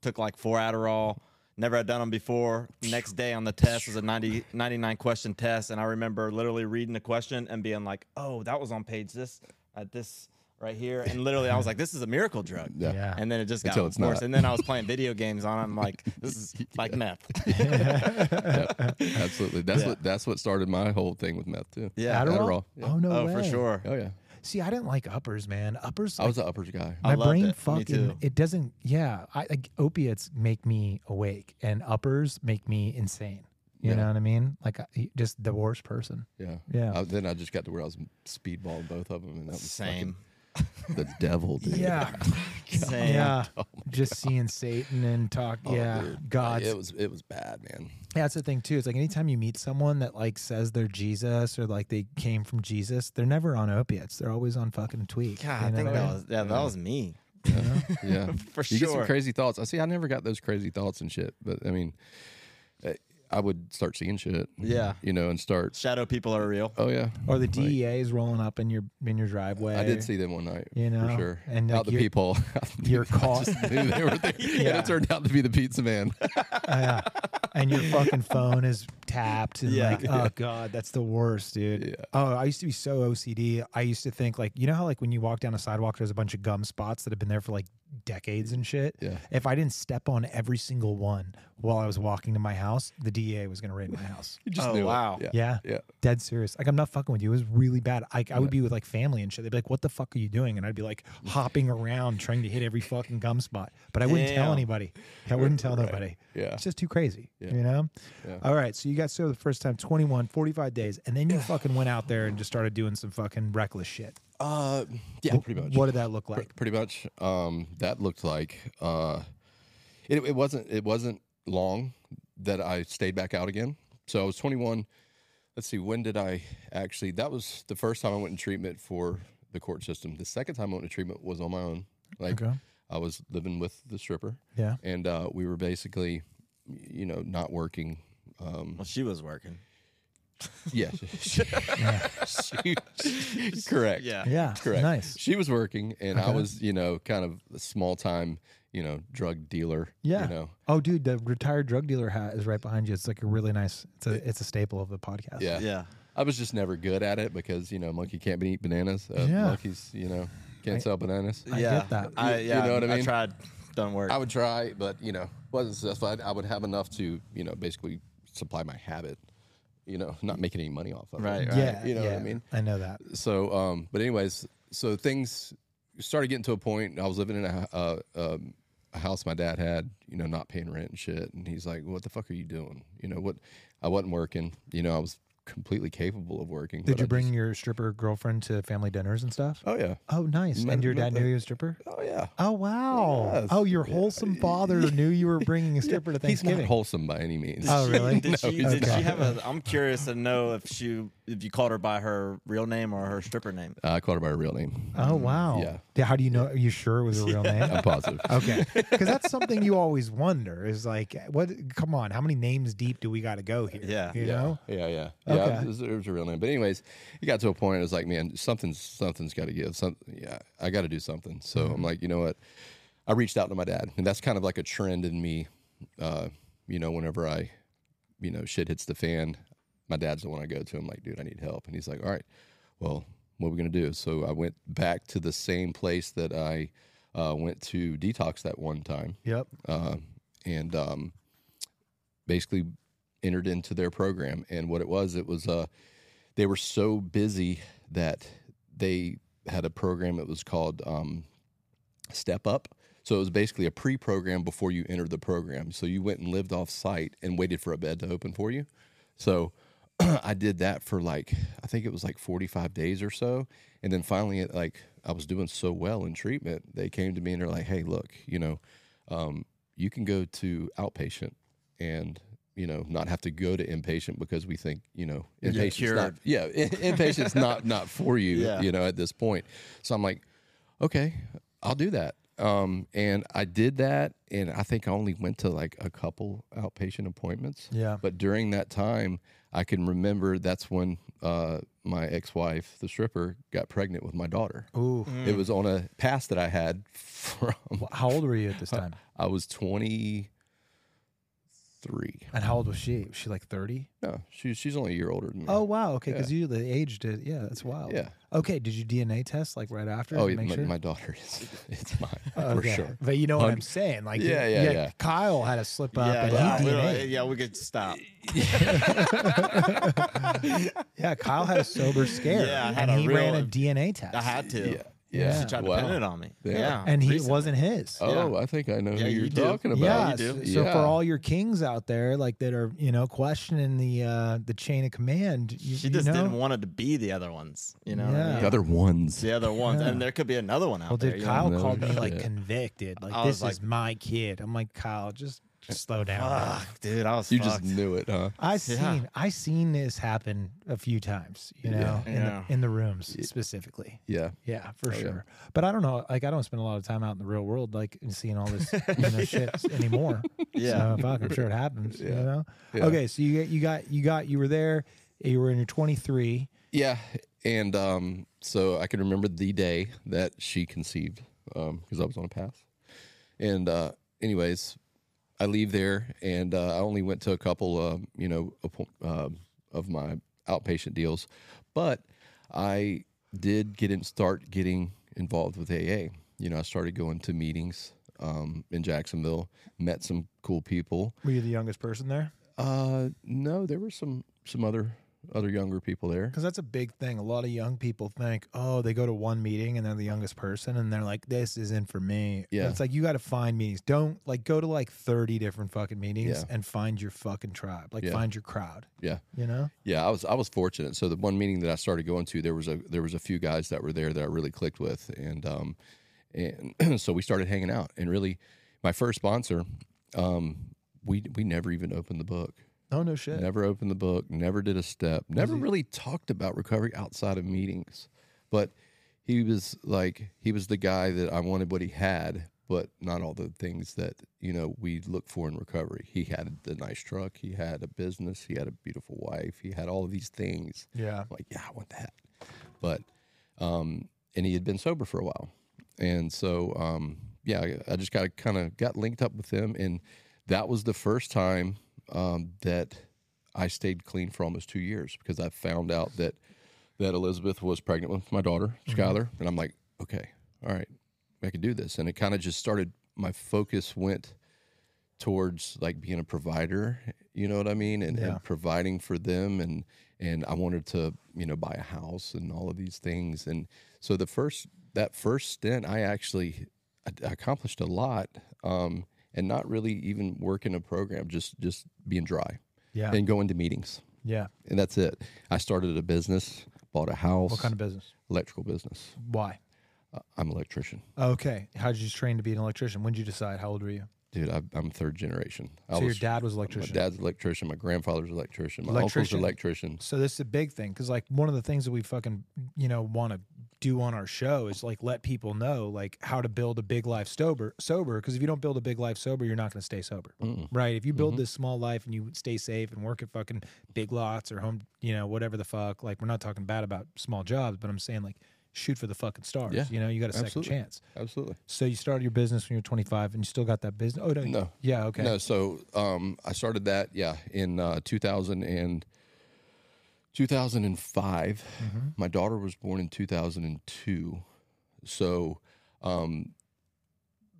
Speaker 4: took like four Adderall. Never had done them before. Next day on the test was a 90, 99 question test, and I remember literally reading the question and being like, "Oh, that was on page this at this right here," and literally I was like, "This is a miracle drug."
Speaker 2: Yeah.
Speaker 1: Yeah.
Speaker 4: And then it just got
Speaker 2: Until it's
Speaker 4: worse.
Speaker 2: not.
Speaker 4: And then I was playing video games on it. I'm like, "This is like meth."
Speaker 2: absolutely. That's
Speaker 4: Yeah.
Speaker 2: what that's what started my whole thing with meth too.
Speaker 4: Yeah.
Speaker 1: Adderall?
Speaker 2: Adderall, yeah.
Speaker 1: Oh no,
Speaker 4: oh,
Speaker 1: way.
Speaker 4: for sure.
Speaker 2: Oh yeah,
Speaker 1: See, I didn't like uppers, man. Uppers,
Speaker 2: I
Speaker 1: like,
Speaker 2: was an uppers guy.
Speaker 4: I
Speaker 1: my
Speaker 4: loved
Speaker 1: brain
Speaker 4: it. Me
Speaker 1: fucking
Speaker 4: too.
Speaker 1: it doesn't yeah I, like opiates make me awake and uppers make me insane you
Speaker 2: Yeah.
Speaker 1: know what i mean like I- just the worst person
Speaker 2: Yeah,
Speaker 1: Yeah.
Speaker 2: I, then I just got to where I was speedballing both of them, and that was
Speaker 4: Same.
Speaker 2: fucking the devil, dude.
Speaker 1: yeah
Speaker 4: Same.
Speaker 1: yeah just seeing satan and talk
Speaker 2: Oh,
Speaker 1: yeah
Speaker 2: dude.
Speaker 1: god
Speaker 2: It was it was bad, man.
Speaker 1: that's the thing too it's like anytime you meet someone that like says they're jesus or like they came from jesus they're never on opiates they're always on fucking tweak
Speaker 4: God,
Speaker 1: you
Speaker 4: I
Speaker 1: know
Speaker 4: think
Speaker 1: what
Speaker 4: that
Speaker 1: mean?
Speaker 4: was yeah, that was me.
Speaker 2: Yeah.
Speaker 4: For
Speaker 2: you get some
Speaker 4: sure.
Speaker 2: crazy thoughts. I see. I never got those crazy thoughts and shit. But I mean, eh, I would start seeing shit.
Speaker 4: Yeah.
Speaker 2: you know, and start.
Speaker 4: Shadow people are real.
Speaker 2: Oh yeah.
Speaker 1: or the dea is rolling up in your in your driveway
Speaker 2: I did see them one night.
Speaker 1: You know,
Speaker 2: for sure.
Speaker 1: and,
Speaker 2: out
Speaker 1: like,
Speaker 2: the
Speaker 1: you're-
Speaker 2: people.
Speaker 1: you're caught
Speaker 2: I knew they were there. And
Speaker 1: Yeah.
Speaker 2: it turned out to be the pizza man.
Speaker 1: yeah. And your fucking phone is tapped and
Speaker 4: Yeah.
Speaker 1: like, oh god, that's the worst, dude.
Speaker 2: Yeah.
Speaker 1: Oh, I used to be so OCD. I used to think like, you know how like when you walk down a sidewalk, there's a bunch of gum spots that have been there for like decades and shit.
Speaker 2: Yeah.
Speaker 1: If I didn't step on every single one while I was walking to my house, the DEA was gonna raid my house.
Speaker 2: You just
Speaker 4: Oh,
Speaker 2: knew it.
Speaker 4: wow.
Speaker 2: Yeah.
Speaker 1: Yeah.
Speaker 2: Yeah.
Speaker 1: Dead serious. Like I'm not fucking with you. It was really bad. I, I would be with like family and shit. They'd be like, "What the fuck are you doing?" And I'd be like hopping around trying to hit every fucking gum spot. But I wouldn't tell
Speaker 4: Damn.
Speaker 1: anybody. I wouldn't tell nobody.
Speaker 2: Yeah.
Speaker 1: It's just too crazy.
Speaker 2: Yeah.
Speaker 1: You know?
Speaker 2: Yeah.
Speaker 1: All right. So you got sober the first time, 21, 45 days, and then you fucking went out there and just started doing some fucking reckless shit.
Speaker 2: Uh, yeah. Pretty much.
Speaker 1: What did that look
Speaker 2: Pre-
Speaker 1: like?
Speaker 2: pretty much um that looked like uh it, it wasn't it wasn't long that i stayed back out again so i was 21 let's see when did i actually that was the first time i went in treatment for the court system the second time i went in treatment was on my own like
Speaker 1: Okay.
Speaker 2: i was living with the stripper
Speaker 1: Yeah.
Speaker 2: and uh we were basically you know not working um
Speaker 4: Well, she was working.
Speaker 2: yeah, She- correct
Speaker 4: Yeah.
Speaker 1: Yeah.
Speaker 2: Correct.
Speaker 1: Nice.
Speaker 2: She was working, and I
Speaker 1: Okay.
Speaker 2: was, you know, kind of a small time, you know, drug dealer.
Speaker 1: Yeah.
Speaker 2: You know.
Speaker 1: Oh, dude, the retired drug dealer hat is right behind you. It's like a really nice. It's a it's a staple of the podcast.
Speaker 2: Yeah.
Speaker 4: Yeah.
Speaker 2: I was just never good at it because you know, monkey can't be eat bananas. Uh,
Speaker 1: Yeah.
Speaker 2: Monkeys, you know, can't sell bananas.
Speaker 1: I
Speaker 4: yeah.
Speaker 1: get that.
Speaker 4: I,
Speaker 2: You- you
Speaker 4: yeah,
Speaker 2: know what I mean?
Speaker 4: tried. Don't work.
Speaker 2: I would try, but you know, wasn't successful. I, I would have enough to, you know, basically supply my habit. you know, not making any money off of
Speaker 4: Right,
Speaker 2: it.
Speaker 4: right.
Speaker 1: Yeah,
Speaker 2: You know what I
Speaker 1: yeah,
Speaker 2: mean?
Speaker 1: I know that.
Speaker 2: So, um, but anyways, so things started getting to a point. I was living in a, uh, um, a house my dad had, you know, not paying rent and shit. And he's like, "What the fuck are you doing? You know what? I wasn't working. You know, I was completely capable of working.
Speaker 1: Did
Speaker 2: but
Speaker 1: you
Speaker 2: I
Speaker 1: bring
Speaker 2: just-
Speaker 1: your stripper girlfriend to family dinners and stuff?
Speaker 2: oh yeah.
Speaker 1: Oh, nice.
Speaker 2: Met-
Speaker 1: and your
Speaker 2: met
Speaker 1: dad
Speaker 2: the-
Speaker 1: knew you were a stripper?
Speaker 2: Oh yeah.
Speaker 1: Oh, wow.
Speaker 2: Yes.
Speaker 1: Oh, your
Speaker 2: Yeah.
Speaker 1: wholesome father knew you were bringing a stripper to
Speaker 2: He's
Speaker 1: Thanksgiving.
Speaker 2: not wholesome by any means.
Speaker 1: Oh, really?
Speaker 2: No,
Speaker 4: Did, she,
Speaker 2: he's
Speaker 4: did
Speaker 1: not.
Speaker 4: she have a? I'm curious to know if she if you called her by her real name or her stripper name.
Speaker 2: Uh, I called her by her real name.
Speaker 1: oh, wow.
Speaker 2: Yeah.
Speaker 1: Yeah, How do you know? Are you sure it was a real name?
Speaker 2: I'm positive.
Speaker 1: Okay. Because that's something you always wonder is like, eh, what? Come on. How many names deep do we got to go here?
Speaker 4: Yeah.
Speaker 1: You
Speaker 2: yeah,
Speaker 1: know?
Speaker 2: yeah, yeah, yeah.
Speaker 1: Okay.
Speaker 2: It, was, it was a real name, but anyways, it got to a point. It was like, man, something's something's got to give. Something, yeah, I got to do something. So
Speaker 1: Mm-hmm.
Speaker 2: I'm like, you know what? I reached out to my dad, and that's kind of like a trend in me. Uh, you know, whenever I, you know, shit hits the fan, my dad's the one I go to. I'm like, dude, I need help, and he's like, all right, well, what are we gonna do? So I went back to the same place that I uh, went to detox that one time
Speaker 1: Yep.
Speaker 2: uh, and um, basically entered into their program. And what it was, it was uh, they were so busy that they had a program that was called um, Step Up. So it was basically a pre-program before you entered the program. So you went and lived off site and waited for a bed to open for you. So I did that for like I think it was like 45 days or so, and then finally, it like I was doing so well in treatment, they came to me and they're like, "Hey, look, you know, um, you can go to outpatient and you know not have to go to inpatient because we think you know
Speaker 4: You're
Speaker 2: inpatient's not
Speaker 4: cured.
Speaker 2: yeah in- inpatient's not not for you
Speaker 4: Yeah.
Speaker 2: you know at this point." So I'm like, "Okay, I'll do that." Um, and I did that, and I think I only went to like a couple outpatient appointments.
Speaker 1: Yeah.
Speaker 2: But during that time, I can remember that's when uh, my ex wife, the stripper, got pregnant with my daughter.
Speaker 1: Ooh.
Speaker 4: Mm. Hmm.
Speaker 2: It was on a pass that I had from,
Speaker 1: How old were you at this time?
Speaker 2: I was 23.
Speaker 1: And how old was she? Was she like 30?
Speaker 2: No, she, she's only a year older than me.
Speaker 1: Oh, wow. Okay. Because you the age did. Yeah. That's wild.
Speaker 2: Yeah.
Speaker 1: Okay. Did you DNA test like right after?
Speaker 2: Oh,
Speaker 1: to
Speaker 2: yeah,
Speaker 1: make
Speaker 2: my,
Speaker 1: sure? Oh,
Speaker 2: my daughter is it's mine for
Speaker 1: Okay.
Speaker 2: sure.
Speaker 1: But you know what
Speaker 2: Hun-
Speaker 1: I'm saying? Like,
Speaker 2: Yeah,
Speaker 1: you-
Speaker 2: yeah,
Speaker 1: you-
Speaker 2: yeah.
Speaker 1: Kyle had E a slip up,
Speaker 4: yeah,
Speaker 1: and
Speaker 4: yeah,
Speaker 1: he
Speaker 4: we don't-
Speaker 1: DNA'd.
Speaker 4: yeah, we could stop.
Speaker 1: Yeah, Kyle had a sober scare.
Speaker 4: Yeah, I had
Speaker 1: and
Speaker 4: a
Speaker 1: he ran
Speaker 4: real-
Speaker 1: a DNA test.
Speaker 4: I had to.
Speaker 2: Yeah,
Speaker 1: Yeah.
Speaker 4: She tried to
Speaker 2: Wow.
Speaker 4: pin it on me.
Speaker 2: Yeah.
Speaker 4: Yeah,
Speaker 1: and he it
Speaker 4: recently.
Speaker 1: wasn't his.
Speaker 2: Oh,
Speaker 4: Yeah.
Speaker 2: I think I know
Speaker 4: Yeah,
Speaker 2: who you're
Speaker 4: you do.
Speaker 2: talking about.
Speaker 1: yeah,
Speaker 4: you do.
Speaker 1: s- So
Speaker 2: Yeah.
Speaker 1: for all your kings out there, like that are you know questioning the uh the chain of command, you,
Speaker 4: She
Speaker 1: you
Speaker 4: just
Speaker 1: know?
Speaker 4: didn't want it to be the other ones. You know,
Speaker 1: Yeah.
Speaker 4: yeah.
Speaker 2: The other ones.
Speaker 4: the other ones,
Speaker 1: Yeah.
Speaker 4: and there could be another one out
Speaker 1: Well,
Speaker 4: there.
Speaker 1: dude,
Speaker 4: you know?
Speaker 1: Kyle
Speaker 2: No
Speaker 1: called me like
Speaker 2: shit.
Speaker 1: convicted. Like
Speaker 4: I
Speaker 1: this
Speaker 4: was
Speaker 1: is my kid. I'm like Kyle, just slow down. man."
Speaker 4: Fuck, dude, I was
Speaker 2: You
Speaker 4: fucked.
Speaker 2: just knew it, huh?
Speaker 1: I
Speaker 4: Yeah.
Speaker 1: seen I seen this happen a few times, you
Speaker 2: Yeah.
Speaker 1: know, in
Speaker 4: Yeah.
Speaker 1: the in the rooms specifically.
Speaker 2: Yeah.
Speaker 1: Yeah, for
Speaker 2: Oh, yeah.
Speaker 1: sure. But I don't know. Like, I don't spend a lot of time out in the real world, like and seeing all this you know, shit anymore. so,
Speaker 4: Yeah.
Speaker 1: fuck, I'm sure it happens. You
Speaker 2: Yeah.
Speaker 1: know.
Speaker 2: Yeah.
Speaker 1: Okay, so you got you got you got you were there. You were in your 23.
Speaker 2: Yeah, and um, so I can remember the day that she conceived because I was on a path. And uh, anyways, I leave there, and uh, I only went to a couple, uh, you know, appo- um of my outpatient deals, but I did get in, start getting involved with AA. You know, I started going to meetings um, in Jacksonville, met some cool people.
Speaker 1: Were you the youngest person there?
Speaker 2: Uh, no, there were some some other other younger people there.
Speaker 1: Because that's a big thing. A lot of young people think, oh, they go to one meeting and they're the youngest person, and they're like, this isn't for me.
Speaker 2: Yeah.
Speaker 1: it's like you got to find meetings. Don't like go to like 30 different fucking meetings
Speaker 2: Yeah.
Speaker 1: and find your fucking tribe. Like
Speaker 2: Yeah.
Speaker 1: find your crowd.
Speaker 2: Yeah.
Speaker 1: You know.
Speaker 2: Yeah, I was I was fortunate. So the one meeting that I started going to, there was a there was a few guys that were there that I really clicked with, and um, and so we started hanging out. And really, my first sponsor, um, we we never even opened the book,
Speaker 1: Oh no shit.
Speaker 2: never opened the book, never did a step, never
Speaker 1: he-
Speaker 2: really talked about recovery outside of meetings. But he was like he was the guy that I wanted what he had, but not all the things that you know we look for in recovery. He had the nice truck, he had a business, he had a beautiful wife, he had all of these things.
Speaker 1: Yeah.
Speaker 2: I'm like, yeah, I want that. But, um, and he had been sober for a while. And so, um, yeah, I, I just got kind of got linked up with him. And that was the first time um, that I stayed clean for almost two years because I found out that, that Elizabeth was pregnant with my daughter, Skylar. And I'm like, okay, all right, I can do this. And it kind of just started, my focus went towards like being a provider you know what I mean, and,
Speaker 1: Yeah.
Speaker 2: and providing for them, and and I wanted to you know buy a house and all of these things, and so the first that first stint, I actually I- I accomplished a lot, um, and not really even working a program, just just being dry
Speaker 1: Yeah.
Speaker 2: and going to meetings,
Speaker 1: yeah.
Speaker 2: and that's it. I started a business, bought a house,
Speaker 1: What kind of business?
Speaker 2: electrical business.
Speaker 1: Why?
Speaker 2: Uh, I'm an electrician,
Speaker 1: Okay. How did you train to be an electrician? When did you decide? How old were you?
Speaker 2: dude. I, I'm third generation. I
Speaker 1: So your
Speaker 2: was-
Speaker 1: dad was electrician.
Speaker 2: My dad's electrician. My grandfather's electrician. My
Speaker 1: Electrician.
Speaker 2: uncle's electrician.
Speaker 1: So this is a big thing because like one of the things that we fucking you know want to do on our show is like let people know like how to build a big life sober sober because if you don't build a big life sober you're not going to stay sober
Speaker 2: Mm-mm. Mm-hmm.
Speaker 1: right if you build this small life and you stay safe and work at fucking big lots or home you know whatever the fuck like we're not talking bad about small jobs but I'm saying like shoot for the fucking stars
Speaker 2: Yeah,
Speaker 1: you know you got a second
Speaker 2: absolutely.
Speaker 1: chance
Speaker 2: Absolutely.
Speaker 1: so you started your business when you were 25 and you still got that business oh no
Speaker 2: No.
Speaker 1: yeah okay
Speaker 2: No, so um, I started that, yeah, in uh, 2000 and 2005.
Speaker 1: Mm-hmm.
Speaker 2: My daughter was born in 2002. So, um,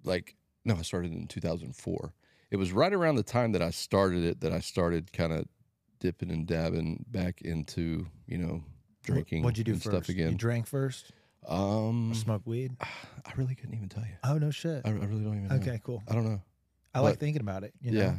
Speaker 2: like, no, I started in 2004. It was right around the time that I started it that I started kind of dipping and dabbing back into, you know, drinking
Speaker 1: what'd you do
Speaker 2: and
Speaker 1: first
Speaker 2: stuff
Speaker 1: you
Speaker 2: again.
Speaker 1: drank first
Speaker 2: um,
Speaker 1: or smoke weed
Speaker 2: I really couldn't even tell you.
Speaker 1: Mm-hmm. oh no shit
Speaker 2: I, I really don't even know.
Speaker 1: okay cool
Speaker 2: I don't know.
Speaker 1: I like
Speaker 2: But-
Speaker 1: thinking about it. You know?
Speaker 2: Yeah.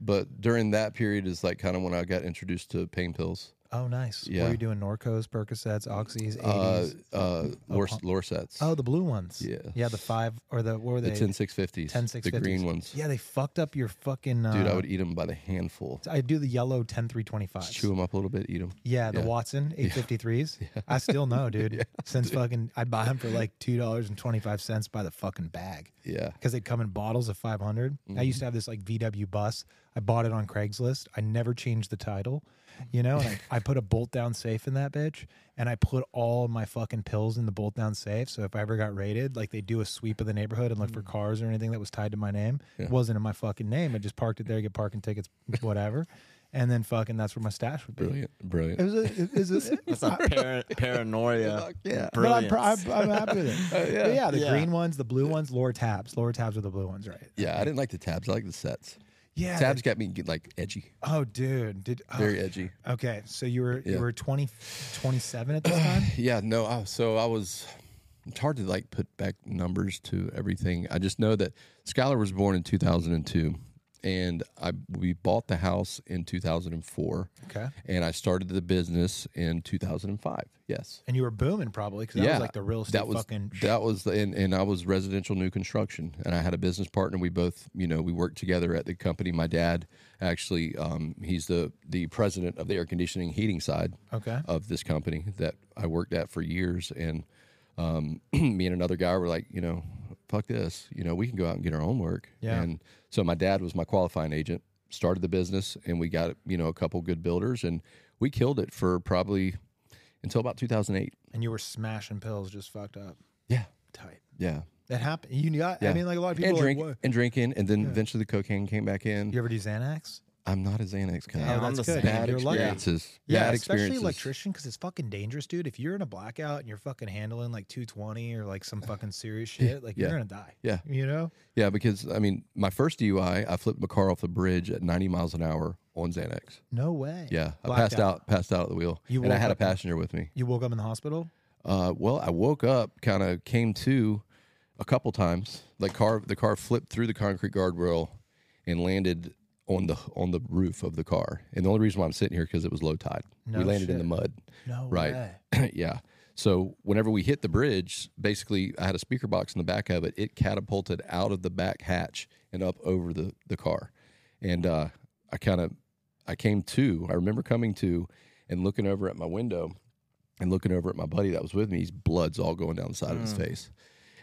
Speaker 2: But during that period is like kind of when I got introduced to pain pills.
Speaker 1: Oh, nice. Were
Speaker 2: Yeah.
Speaker 1: you doing Norcos, Percocets, Oxys, 80s?
Speaker 2: Uh, uh, Lor-
Speaker 1: pump.
Speaker 2: Lorsets.
Speaker 1: oh, the blue ones.
Speaker 2: yeah.
Speaker 1: Yeah, the five or the what were
Speaker 2: The
Speaker 1: they?
Speaker 2: 10650s.
Speaker 1: 10650s.
Speaker 2: The green ones.
Speaker 1: Yeah, they fucked up your fucking. Uh,
Speaker 2: Dude, I would eat them by the handful.
Speaker 1: I do the yellow ten three twenty five.
Speaker 2: Just chew them up a little bit, eat them.
Speaker 1: Yeah, the
Speaker 2: Yeah.
Speaker 1: Watson 853s. I still know, dude. Since fucking, I'd buy them for like $2.25 by the fucking bag.
Speaker 2: Yeah.
Speaker 1: because they'd come in bottles of 500. I used to have this like VW bus. I bought it on Craigslist. I never changed the title, you know. And I, I put a bolt down safe in that bitch, and I put all my fucking pills in the bolt down safe. So if I ever got raided, like they do a sweep of the neighborhood and look for cars or anything that was tied to my name, it wasn't in my fucking name. I just parked it there, get parking tickets, whatever, and then fucking that's where my stash would be.
Speaker 2: Brilliant. Brilliant.
Speaker 1: It was a, it was a,
Speaker 4: That's a para- paranoia.
Speaker 2: Yeah.
Speaker 1: but I'm, pr- I'm,
Speaker 4: brilliance.
Speaker 1: I'm happy with it. But yeah. the
Speaker 4: Yeah.
Speaker 1: green ones, the blue ones, lower tabs. Lower tabs are the blue ones, right?
Speaker 2: yeah. I didn't like the tabs. I like the sets.
Speaker 1: Yeah, the
Speaker 2: Tabs got me get, like edgy,
Speaker 1: Oh, dude. Did oh,
Speaker 2: very edgy.
Speaker 1: okay. So you were you
Speaker 2: Yeah.
Speaker 1: were 20, 27 at this time.
Speaker 2: Yeah, no. I, so I was. It's hard to like put back numbers to everything. I just know that Skylar was born in 2002, and I we bought the house in 2004,
Speaker 1: okay.
Speaker 2: and I started the business in 2005. Yes.
Speaker 1: And you were booming probably because that
Speaker 2: yeah,
Speaker 1: was like the real estate
Speaker 2: that was,
Speaker 1: fucking.
Speaker 2: That was the, and, and I was residential new construction, and I had a business partner. We both, you know, we worked together at the company. My dad actually, um, he's the the president of the air conditioning heating side
Speaker 1: okay.
Speaker 2: of this company that I worked at for years. And um, me and another guy were like, you know, fuck this. You know, we can go out and get our own work.
Speaker 1: Yeah.
Speaker 2: And so my dad was my qualifying agent, started the business, and we got, you know, a couple good builders, and we killed it for probably until about 2008.
Speaker 1: And you were smashing pills, just fucked up
Speaker 2: Yeah.
Speaker 1: tight.
Speaker 2: Yeah.
Speaker 1: That happened. You got. I
Speaker 2: Yeah.
Speaker 1: mean, like a lot of people.
Speaker 2: And,
Speaker 1: are
Speaker 2: drink,
Speaker 1: like, what?
Speaker 2: and drinking. And then eventually the cocaine came back in.
Speaker 1: You ever do Xanax?
Speaker 2: I'm not a Xanax guy.
Speaker 4: Yeah,
Speaker 1: oh,
Speaker 4: I'm
Speaker 1: that's
Speaker 4: the
Speaker 1: good.
Speaker 4: same.
Speaker 1: man.
Speaker 2: Bad
Speaker 1: You're lucky.
Speaker 2: experiences.
Speaker 1: Yeah,
Speaker 2: Bad
Speaker 1: especially
Speaker 2: experiences.
Speaker 1: electrician because it's fucking dangerous, dude. If you're in a blackout and you're fucking handling like 220 or like some fucking serious shit, like you're
Speaker 2: Yeah.
Speaker 1: gonna die.
Speaker 2: Yeah.
Speaker 1: You know?
Speaker 2: Yeah, because I mean, my first DUI, I flipped my car off the bridge at 90 miles an hour on Xanax.
Speaker 1: No way.
Speaker 2: Yeah, I
Speaker 1: Blacked
Speaker 2: passed out. passed out at the wheel,
Speaker 1: You
Speaker 2: and I
Speaker 1: woke
Speaker 2: had a
Speaker 1: up and-
Speaker 2: passenger with me.
Speaker 1: You woke up in the hospital.
Speaker 2: Uh, well, I woke up, kind of came to, a couple times. Like car, the car flipped through the concrete guardrail and landed on the on the roof of the car. And the only reason why I'm sitting here because it was low tide.
Speaker 1: No
Speaker 2: we landed in the
Speaker 1: shit.
Speaker 2: mud.
Speaker 1: No
Speaker 2: Right.
Speaker 1: way.
Speaker 2: yeah. So whenever we hit the bridge, basically I had a speaker box in the back of it. It catapulted out of the back hatch and up over the the car, and uh, I kind of I came to. I remember coming to and looking over at my window and looking over at my buddy that was with me. His blood's all going down the side of his face,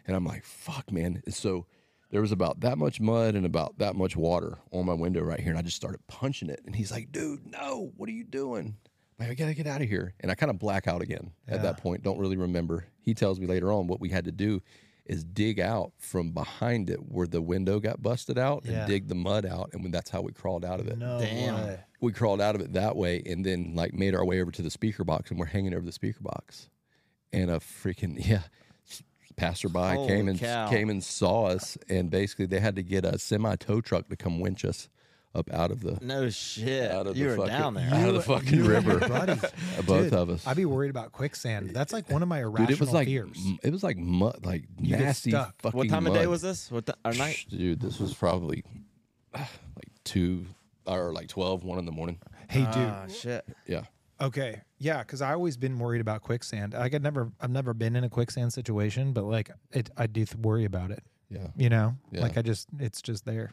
Speaker 2: and I'm like, "Fuck, man!" And so there was about that much mud and about that much water on my window right here, and I just started punching it. And he's like, "Dude, no! What are you doing?" I'm like, I gotta get out of here. And I kind of black out again at that point. Don't really remember. He tells me later on what we had to do is dig out from behind it where the window got busted out
Speaker 1: Yeah.
Speaker 2: and dig the mud out, and that's how we crawled out of it
Speaker 1: No
Speaker 4: Damn.
Speaker 1: way.
Speaker 2: we crawled out of it that way and then like made our way over to the speaker box and we're hanging over the speaker box and a freaking yeah s- passerby
Speaker 4: Holy
Speaker 2: came and
Speaker 4: cow.
Speaker 2: came and saw us and basically they had to get a semi tow truck to come winch us up out of the
Speaker 4: No shit.
Speaker 2: out of
Speaker 4: you
Speaker 2: the
Speaker 4: were
Speaker 2: fucking,
Speaker 4: down there.
Speaker 2: out of
Speaker 1: You-
Speaker 2: the fucking
Speaker 1: you and your
Speaker 2: river.
Speaker 1: buddy.
Speaker 2: both
Speaker 1: Dude,
Speaker 2: of us.
Speaker 1: I'd be worried about quicksand. That's like one of my irrational
Speaker 2: Dude, it was like
Speaker 1: fears.
Speaker 2: m- it was like mud, like
Speaker 1: You get
Speaker 2: nasty
Speaker 1: stuck.
Speaker 2: fucking.
Speaker 4: What time
Speaker 2: mud.
Speaker 4: of day was this? What th- or night?
Speaker 2: Psh, Dude, this was probably ah, like two or like 12, 1 in the morning.
Speaker 1: Hey, dude.
Speaker 4: Ah, shit.
Speaker 2: Yeah.
Speaker 1: Okay. Yeah, because I always been worried about quicksand. Like I've never, I've never been in a quicksand situation, but like it, I do th- worry about it.
Speaker 2: Yeah.
Speaker 1: You know,
Speaker 2: Yeah.
Speaker 1: like I just, it's just there.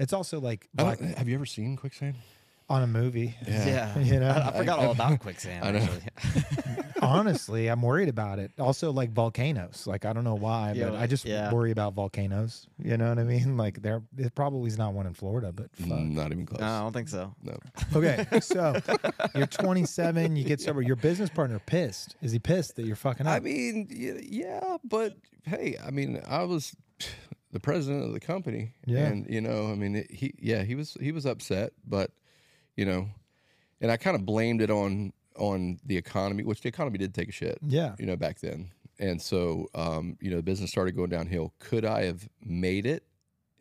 Speaker 1: It's also like
Speaker 2: I
Speaker 1: black
Speaker 2: don't- have you ever seen quicksand?
Speaker 1: on a movie.
Speaker 4: Yeah.
Speaker 1: You know?
Speaker 4: I, I forgot all about quicksand.
Speaker 2: I know.
Speaker 4: Actually.
Speaker 1: Honestly, I'm worried about it. Also, like volcanoes. Like I don't know why,
Speaker 4: Yeah,
Speaker 1: but I just
Speaker 4: yeah.
Speaker 1: worry about volcanoes. You know what I mean? Like there, it probably is not one in Florida, but fuck.
Speaker 2: Not even close.
Speaker 4: No, I don't think so.
Speaker 2: No.
Speaker 1: Okay, so you're 27, you get sober. Your business partner pissed. Is he pissed that you're fucking up?
Speaker 2: I mean, y- yeah, but hey, I mean, I was the president of the company,
Speaker 1: Yeah.
Speaker 2: and you know, I mean, it, he, yeah, he was he was upset, but you know, and I kind of blamed it on on the economy, which the economy did take a shit,
Speaker 1: yeah.
Speaker 2: you know, back then, and so um, you know, the business started going downhill. Could I have made it?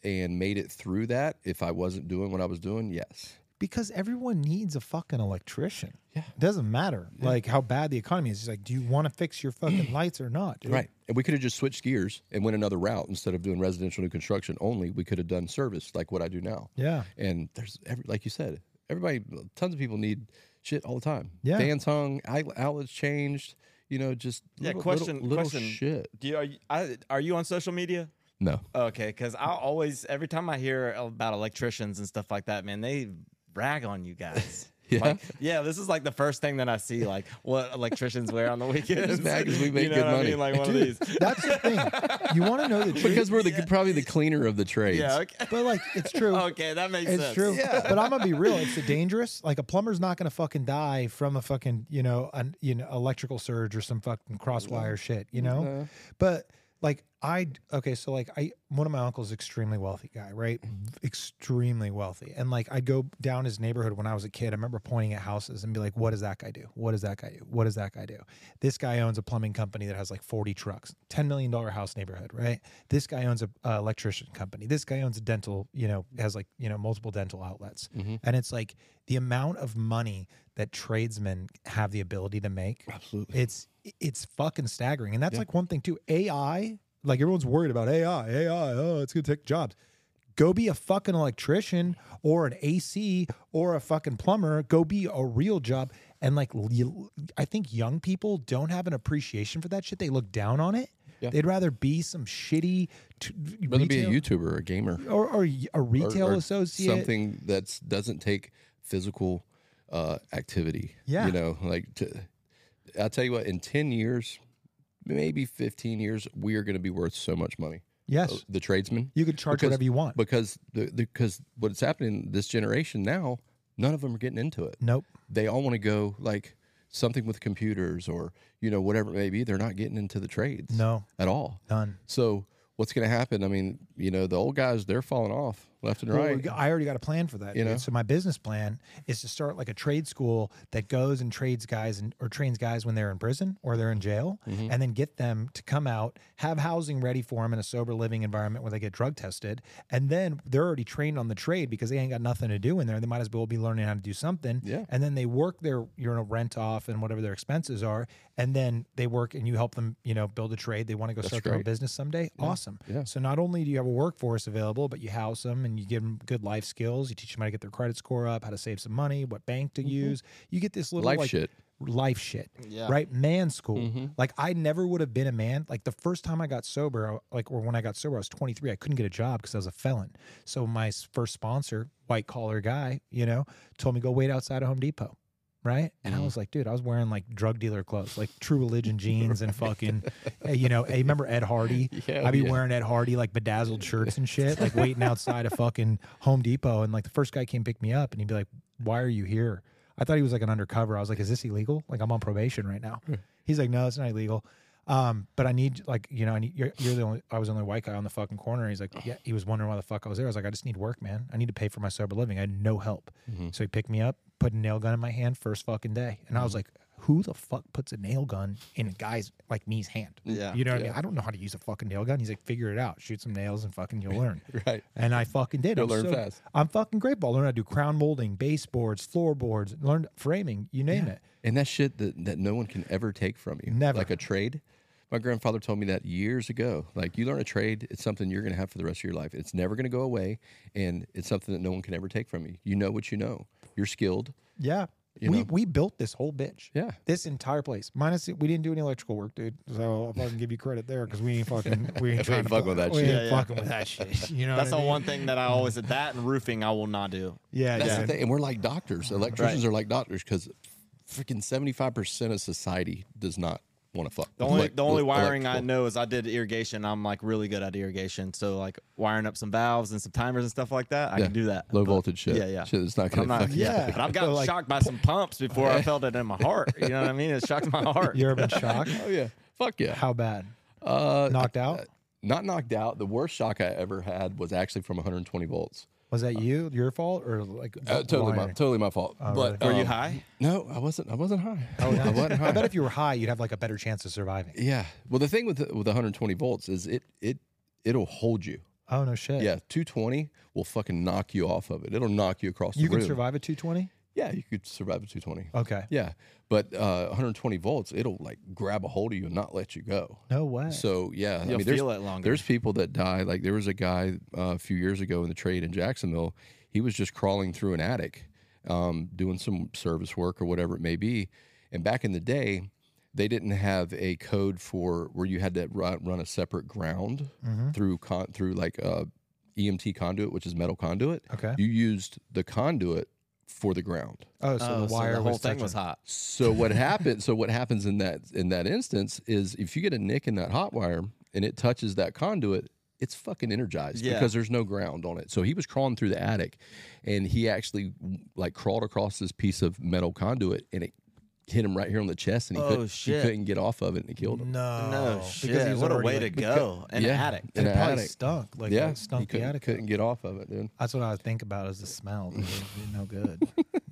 Speaker 2: And made it through that if I wasn't doing what I was doing, yes.
Speaker 1: Because everyone needs a fucking electrician.
Speaker 2: Yeah.
Speaker 1: It doesn't matter like how bad the economy is. It's like, do you want to fix your fucking lights or not? dude?
Speaker 2: Right. And we could have just switched gears and went another route instead of doing residential new construction only. We could have done service like what I do now.
Speaker 1: Yeah.
Speaker 2: And there's every like you said, everybody, tons of people need shit all the time.
Speaker 1: Yeah.
Speaker 2: fans hung, out- outlets changed. You know, just
Speaker 4: Yeah,
Speaker 2: little,
Speaker 4: question-
Speaker 2: little, little
Speaker 4: question.
Speaker 2: shit.
Speaker 4: Do you, are you I, are you on social media? Oh,
Speaker 2: No,
Speaker 4: Okay, because I always every time I hear about electricians and stuff like that, man, they rag on you guys.
Speaker 2: Yeah?
Speaker 4: Like, yeah, this is like the first thing that I see, like what electricians wear on the weekends.
Speaker 2: mad 'cause we
Speaker 4: you
Speaker 2: make
Speaker 4: know
Speaker 2: good
Speaker 4: what I
Speaker 2: money.
Speaker 4: mean? Like one of
Speaker 1: Dude,
Speaker 4: these.
Speaker 1: that's the thing. You want to know the truth.
Speaker 2: because we're the probably the cleaner of the trades.
Speaker 4: Yeah, okay.
Speaker 1: but like, it's true.
Speaker 2: Oh,
Speaker 4: okay, that makes
Speaker 1: It's
Speaker 4: sense.
Speaker 1: true. But I'm gonna be real. It's a dangerous. Like a plumber's not gonna fucking die from a fucking you know an you know electrical surge or some fucking cross
Speaker 4: Mm-hmm.
Speaker 1: wire shit. You know.
Speaker 2: No.
Speaker 1: But like I okay, so like I one of my uncles extremely wealthy guy, right?
Speaker 4: Mm-hmm.
Speaker 1: Extremely wealthy. And like I'd go down his neighborhood when I was a kid. I remember pointing at houses and be like, what does that guy do? What does that guy do? What does that guy do? This guy owns a plumbing company that has like 40 trucks, $10 million house neighborhood, right? This guy owns a uh, electrician company. This guy owns a dental, you know, has like, you know, multiple dental outlets. And it's like the amount of money that tradesmen have the ability to make
Speaker 2: absolutely.
Speaker 1: it's it's fucking staggering and that's like one thing too ai like everyone's worried about ai ai oh it's gonna take jobs go be a fucking electrician or an ac or a fucking plumber go be a real job and like l- i think young people don't have an appreciation for that shit they look down on it
Speaker 2: Yeah.
Speaker 1: they'd rather be some shitty t-
Speaker 2: Rather
Speaker 1: retail,
Speaker 2: be a YouTuber or a gamer
Speaker 1: or, or y- a
Speaker 2: or-
Speaker 1: retail
Speaker 2: or
Speaker 1: associate
Speaker 2: something that doesn't take physical uh, activity.
Speaker 1: Yeah.
Speaker 2: you know, like to, I'll tell you what, in ten years, maybe fifteen years, we are going to be worth so much money.
Speaker 1: yes
Speaker 2: The tradesmen.
Speaker 1: you could charge
Speaker 2: Oh, because-
Speaker 1: whatever you want
Speaker 2: because the, because what's happening this generation now, none of them are getting into it.
Speaker 1: nope
Speaker 2: They all want to go like something with computers or you know whatever it may be. They're not getting into the trades
Speaker 1: no
Speaker 2: at all.
Speaker 1: none
Speaker 2: So what's going to happen? I mean, you know, the old guys they're falling off left and
Speaker 1: Well,
Speaker 2: right.
Speaker 1: we- I already got a plan for that.
Speaker 2: You
Speaker 1: dude.
Speaker 2: know?
Speaker 1: So my business plan is to start like a trade school that goes and trades guys and or trains guys when they're in prison or they're in jail,
Speaker 2: Mm-hmm.
Speaker 1: and then get them to come out, have housing ready for them in a sober living environment where they get drug tested, and then they're already trained on the trade because they ain't got nothing to do in there. They might as well be learning how to do something.
Speaker 2: Yeah.
Speaker 1: And then they work their you know rent off and whatever their expenses are, and then they work and you help them you know build a trade. They want to go start their own
Speaker 2: great.
Speaker 1: business someday. Awesome.
Speaker 2: Yeah.
Speaker 1: So not only do you have a workforce available, but you house them and you give them good life skills. You teach them how to get their credit score up, how to save some money, what bank to use. You get this little
Speaker 2: Mm-hmm. Life
Speaker 1: like,
Speaker 2: shit. Mm-hmm.
Speaker 1: life shit,
Speaker 4: Yeah.
Speaker 1: right? Man school. Like I never would have been a man. Like the first time I got sober, I- like or when I got sober, I was 23. I couldn't get a job because I was a felon. So my s- first sponsor, white collar guy, you know, told me go wait outside of Home Depot. Right. And
Speaker 2: Mm-hmm.
Speaker 1: I was like, dude, I was wearing like drug dealer clothes, like true religion jeans and fucking, eh, you know, hey, remember Ed Hardy?
Speaker 2: Yeah,
Speaker 1: I'd be
Speaker 2: yeah.
Speaker 1: wearing Ed Hardy like bedazzled shirts and shit, like waiting outside of fucking Home Depot. And like the first guy came pick me up and he'd be like, Why are you here? I thought he was like an undercover. I was like, Is this illegal? Like I'm on probation right now. He's like, No, it's not illegal. Um, but I need like, you know, I need you're, you're the only I was the only white guy on the fucking corner. And he's like, Yeah, he was wondering why the fuck I was there. I was like, I just need work, man. I need to pay
Speaker 2: Mm-hmm. Mm-hmm.
Speaker 1: for my sober living. I had no help. So he picked me up, put a nail gun in my hand first fucking day. And I was like, who the fuck puts a nail gun in a guy's like me's hand?
Speaker 4: Yeah,
Speaker 1: You know what I
Speaker 2: yeah.
Speaker 1: mean? I don't know how to use a fucking nail gun. He's like, figure it out. Shoot some nails and fucking you'll learn.
Speaker 2: Right.
Speaker 1: And I fucking did.
Speaker 2: You'll
Speaker 1: I'm
Speaker 2: learn
Speaker 1: so-
Speaker 2: fast.
Speaker 1: I'm fucking great. But I learned how to do crown molding, baseboards, floorboards, learned framing, you name it.
Speaker 2: And that shit that, that no one can ever take from you.
Speaker 1: Never.
Speaker 2: Like a trade. My grandfather told me that years ago. Like you learn a trade, it's something you're gonna have for the rest of your life. It's never gonna go away and it's something that no one can ever take from you. You know what you know. You're skilled.
Speaker 1: Yeah.
Speaker 2: You
Speaker 1: we
Speaker 2: know.
Speaker 1: we built this whole bitch.
Speaker 2: Yeah.
Speaker 1: This entire place. Minus we didn't do any electrical work, dude. So I'll fucking give you credit there because we ain't fucking we ain't
Speaker 2: ain't
Speaker 1: trying to
Speaker 2: fucking with that
Speaker 1: we
Speaker 2: shit.
Speaker 1: ain't
Speaker 4: Yeah, yeah.
Speaker 1: fucking with that shit. You know
Speaker 4: That's
Speaker 1: what
Speaker 4: the
Speaker 1: I mean?
Speaker 4: one thing that I always that and roofing I will not do.
Speaker 1: Yeah,
Speaker 2: That's
Speaker 1: yeah.
Speaker 2: the thing. And we're like doctors. Electricians are like doctors because freaking seventy five percent of society does not want to fuck.
Speaker 4: The
Speaker 2: with
Speaker 4: only
Speaker 2: elec-
Speaker 4: the only
Speaker 2: with
Speaker 4: wiring I
Speaker 2: electrical.
Speaker 4: know is I did irrigation. I'm like really good at irrigation, so like wiring up some valves and some timers and stuff like that, I
Speaker 2: Yeah.
Speaker 4: can do that.
Speaker 2: Low
Speaker 4: But-
Speaker 2: voltage shit.
Speaker 4: Yeah, yeah.
Speaker 2: Shit that's not
Speaker 4: But
Speaker 2: gonna
Speaker 4: I'm not,
Speaker 2: fucking
Speaker 4: yeah,
Speaker 1: yeah.
Speaker 4: but I've gotten
Speaker 1: They're like,
Speaker 4: shocked by some pumps before I felt it in my heart. You know what I mean? It shocked my heart.
Speaker 1: You ever been shocked?
Speaker 2: Oh yeah. Fuck yeah.
Speaker 1: How bad?
Speaker 2: uh
Speaker 1: Knocked out?
Speaker 2: not knocked out. The worst shock I ever had was actually from 120 volts.
Speaker 1: Was that you? Your fault or like
Speaker 2: Uh, totally, my,
Speaker 1: wiring?
Speaker 2: totally my fault. but
Speaker 4: Were you
Speaker 2: um,
Speaker 4: high?
Speaker 2: No, I wasn't. I wasn't high.
Speaker 1: Oh,
Speaker 2: I
Speaker 1: yeah.
Speaker 2: wasn't
Speaker 1: I bet
Speaker 2: high.
Speaker 1: if you were high, you'd have like a better chance of surviving.
Speaker 2: Yeah. Well, the thing with the, with 120 volts is it it it'll hold you.
Speaker 1: Oh no shit.
Speaker 2: Yeah, 220 will fucking knock you off of it. It'll knock you across
Speaker 1: You
Speaker 2: the
Speaker 1: can
Speaker 2: room.
Speaker 1: survive at 220?
Speaker 2: Yeah, you could survive at 220.
Speaker 1: Okay.
Speaker 2: Yeah, but uh, 120 volts, it'll like grab a hold of you and not let you go.
Speaker 1: No way.
Speaker 2: So yeah,
Speaker 4: You'll
Speaker 2: there's-
Speaker 4: feel it longer.
Speaker 2: There's people that die. Like there was a guy uh, a few years ago in the trade in Jacksonville. He was just crawling through an attic, um, doing some service work or whatever it may be. And back in the day, they didn't have a code for where you had to run, run a separate ground
Speaker 1: Mhm.
Speaker 2: through con- through like uh, EMT conduit, which is metal conduit.
Speaker 1: Okay.
Speaker 2: You used the conduit for the ground.
Speaker 1: Oh, so
Speaker 4: Oh,
Speaker 1: the wire
Speaker 4: so the whole
Speaker 1: was
Speaker 4: thing
Speaker 1: touching.
Speaker 4: was hot.
Speaker 2: So what happened? So what happens in that in that instance is if you get a nick in that hot wire and it touches that conduit, it's fucking energized
Speaker 4: Yeah.
Speaker 2: because there's no ground on it. So he was crawling through the attic, and he actually like crawled across this piece of metal conduit, and it hit him right here on the chest, and he,
Speaker 4: Oh,
Speaker 2: couldn't, he
Speaker 4: shit.
Speaker 2: couldn't get off of it, and it killed him.
Speaker 1: No.
Speaker 4: No
Speaker 1: Oh. because
Speaker 4: shit.
Speaker 1: he was
Speaker 4: what a
Speaker 1: already,
Speaker 4: way to
Speaker 1: like-
Speaker 4: go. An
Speaker 2: Yeah.
Speaker 4: attic.
Speaker 2: In
Speaker 1: And
Speaker 2: an
Speaker 1: it probably
Speaker 2: attic.
Speaker 1: stunk. Like
Speaker 2: yeah,
Speaker 1: yeah,
Speaker 2: he
Speaker 1: stunk the
Speaker 2: couldn't,
Speaker 1: attic.
Speaker 2: couldn't
Speaker 1: up.
Speaker 2: get off of it, dude.
Speaker 1: That's what I would think about is the smell. dude. It'd be no good.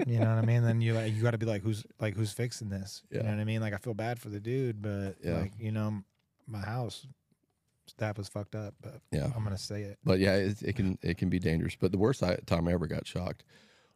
Speaker 1: You know what I mean? Then you like, you got to be like, who's like who's fixing this? You know
Speaker 2: Yeah.
Speaker 1: what I mean? Like I feel bad for the dude, but
Speaker 2: Yeah.
Speaker 1: like you know, my house that was fucked up. But
Speaker 2: Yeah.
Speaker 1: I'm gonna say it.
Speaker 2: But yeah, it, it can it can be dangerous. But the worst I, time I ever got shocked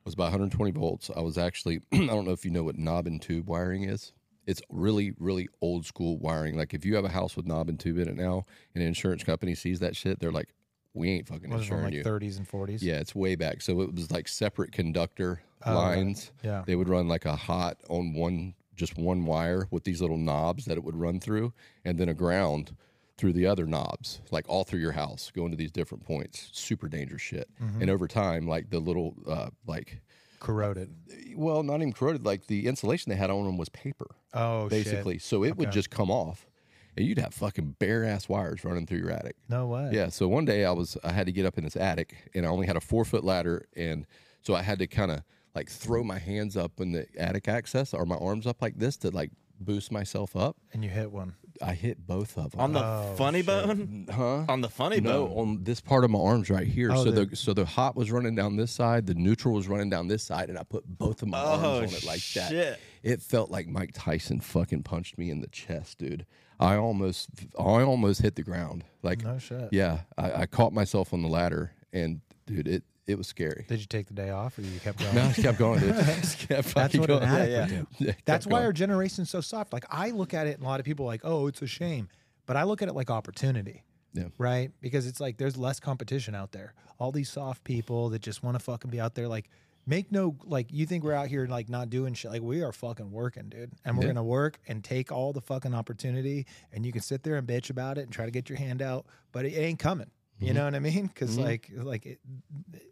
Speaker 2: was by 120 volts. I was actually I don't know if you know what knob and tube wiring is. It's really really old school wiring. Like if you have a house with knob and tube in it now, and an insurance company sees that shit, they're like, "We ain't fucking
Speaker 1: It was from
Speaker 2: insuring
Speaker 1: like
Speaker 2: you."
Speaker 1: 30s and 40s.
Speaker 2: Yeah, it's way back. So it was like separate conductor
Speaker 1: Oh, right.
Speaker 2: lines.
Speaker 1: Yeah.
Speaker 2: They would run like a hot on one just one wire with these little knobs that it would run through and then a ground through the other knobs, like all through your house, going to these different points. Super dangerous shit.
Speaker 1: Mm-hmm.
Speaker 2: And over time, like the little uh like
Speaker 1: Corroded.
Speaker 2: well, not even corroded, like the insulation they had on them was paper,
Speaker 1: Oh, shit.
Speaker 2: basically. So it would
Speaker 1: Okay.
Speaker 2: just come off and you'd have fucking bare ass wires running through your attic.
Speaker 1: No way.
Speaker 2: Yeah. So one day I was I had to get up in this attic and I only had a four foot ladder and so I had to kind of like throw my hands up in the attic access or my arms up like this to like boost myself up.
Speaker 1: And you hit one.
Speaker 2: I hit both of them.
Speaker 4: On the
Speaker 1: Oh,
Speaker 4: funny
Speaker 1: shit.
Speaker 4: bone?
Speaker 2: huh?
Speaker 4: On the funny
Speaker 2: No,
Speaker 4: bone.
Speaker 2: on this part of my arms right here.
Speaker 1: Oh,
Speaker 2: so
Speaker 1: the-
Speaker 2: the, so the hot was running down this side, the neutral was running down this side, and I put both of my
Speaker 4: Oh,
Speaker 2: arms on it like that.
Speaker 4: shit.
Speaker 2: It felt like Mike Tyson fucking punched me in the chest, dude. I almost I almost hit the ground. Like
Speaker 1: No shit.
Speaker 2: yeah, I, I caught myself on the ladder, and dude, it it was scary.
Speaker 1: Did you take the day off or you kept going?
Speaker 2: No, I just kept going, dude. Just kept
Speaker 1: That's
Speaker 2: fucking
Speaker 1: what an
Speaker 2: going.
Speaker 1: addict
Speaker 4: Yeah,
Speaker 1: would
Speaker 4: yeah.
Speaker 1: do.
Speaker 2: Yeah, kept
Speaker 1: That's why
Speaker 2: going.
Speaker 1: our generation's so soft. Like I look at it, and a lot of people are like, "Oh, it's a shame," but I look at it like opportunity.
Speaker 2: Yeah.
Speaker 1: Right? Because it's like there's less competition out there. All these soft people that just want to fucking be out there, like make no like you think we're out here like not doing shit. Like we are fucking working, dude, and we're
Speaker 2: Yeah.
Speaker 1: gonna work and take all the fucking opportunity. And you can sit there and bitch about it and try to get your hand out, but it, it ain't coming.
Speaker 2: Mm-hmm.
Speaker 1: You know what I mean? Because like like it,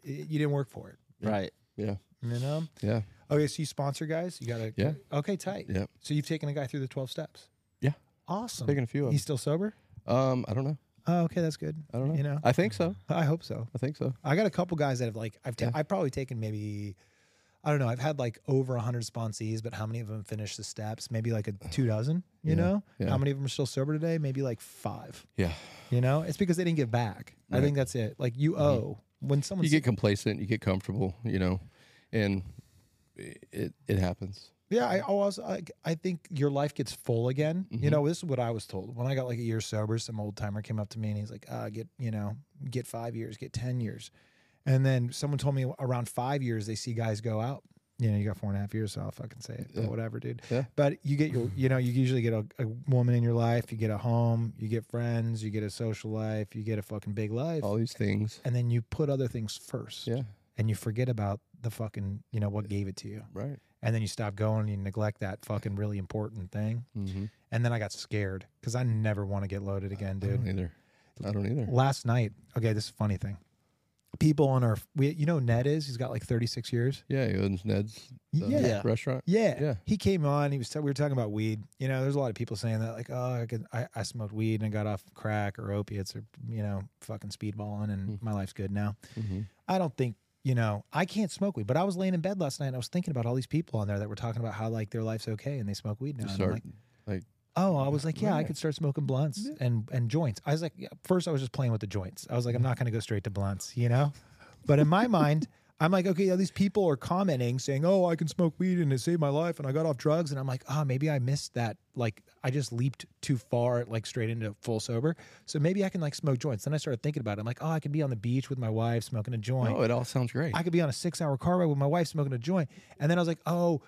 Speaker 1: it, you didn't work for it.
Speaker 4: Right.
Speaker 2: Yeah,
Speaker 1: You know?
Speaker 2: yeah,
Speaker 1: Okay, so you sponsor guys? You got to
Speaker 2: Yeah.
Speaker 1: Okay, tight.
Speaker 2: yeah.
Speaker 1: So you've taken a guy through the 12 steps.
Speaker 2: Yeah.
Speaker 1: Awesome.
Speaker 2: Taking a few of
Speaker 1: He's still sober?
Speaker 2: them. Um, I don't know.
Speaker 1: Oh, okay, that's good.
Speaker 2: I don't know.
Speaker 1: You know.
Speaker 2: I think so.
Speaker 1: I hope so.
Speaker 2: I think so.
Speaker 1: I got a couple guys that have like I've ta-
Speaker 2: Yeah.
Speaker 1: I've probably taken maybe I don't know, I've had like over 100 sponsees, but how many of them finished the steps? Maybe like a two dozen, you
Speaker 2: Yeah,
Speaker 1: know?
Speaker 2: yeah.
Speaker 1: How many of them are still sober today? Maybe like 5.
Speaker 2: Yeah,
Speaker 1: You know? It's because they didn't give back. I
Speaker 2: Right. Mm-hmm.
Speaker 1: think that's it. Like you owe when someone
Speaker 2: you get complacent, you get comfortable, you know, and it it happens.
Speaker 1: Yeah, I also I, I think your life gets full again.
Speaker 2: Mm-hmm.
Speaker 1: You know, this is what I was told when I got like a year sober. Some old timer came up to me and he's like, uh, "Get you know, get five years, get ten years," and then someone told me around five years they see guys go out. You know, you got four and a half years, so I'll fucking say it, but
Speaker 2: Yeah.
Speaker 1: whatever, dude.
Speaker 2: Yeah.
Speaker 1: But you get your, you know, you usually get a, a woman in your life, you get a home, you get friends, you get a social life, you get a fucking big life,
Speaker 2: all these things.
Speaker 1: and then you put other things first,
Speaker 2: Oh, Yeah,
Speaker 1: and you forget about the fucking, you know, what gave it to you
Speaker 2: right.
Speaker 1: and then you stop going and you neglect that fucking really important thing.
Speaker 2: Mm-hmm.
Speaker 1: And then I got scared because I never want to get loaded again,
Speaker 2: I don't
Speaker 1: dude.
Speaker 2: either. I don't either.
Speaker 1: Last night, okay, this is a funny thing. People on our, we, you know, who Ned is he's got like 36 years.
Speaker 2: Yeah, he owns Ned's uh,
Speaker 1: Yeah.
Speaker 4: Yeah.
Speaker 2: restaurant.
Speaker 1: Yeah.
Speaker 2: Yeah.
Speaker 1: He came on. He was. T- we were talking about weed. You know, there's a lot of people saying that, like, oh, I, could, I, I smoked weed and I got off crack or opiates or you know, fucking speedballing, and
Speaker 2: Hmm.
Speaker 1: my life's good now.
Speaker 2: Mhm.
Speaker 1: I don't think you know. I can't smoke weed, but I was laying in bed last night and I was thinking about all these people on there that were talking about how like their life's okay and they smoke weed now.
Speaker 2: Just
Speaker 1: And I'm
Speaker 2: start
Speaker 1: like,
Speaker 2: like
Speaker 1: Oh, I was like, yeah, I
Speaker 2: Right.
Speaker 1: could start smoking blunts and and joints. I was like, yeah, first I was just playing with the joints. I was like, I'm not going to go straight to blunts, you know. But in my mind, I'm like, okay, yeah, these people are commenting saying, oh, I can smoke weed and it saved my life, and I got off drugs, and I'm like, ah, maybe I missed that. Like, I just leaped too far, like straight into full sober. So maybe I can like smoke joints. Then I started thinking about it. I'm like, oh, I could be on the beach with my wife smoking a joint.
Speaker 2: oh, it all sounds great.
Speaker 1: I could be on a six hour car ride with my wife smoking a joint. And then I was like, oh,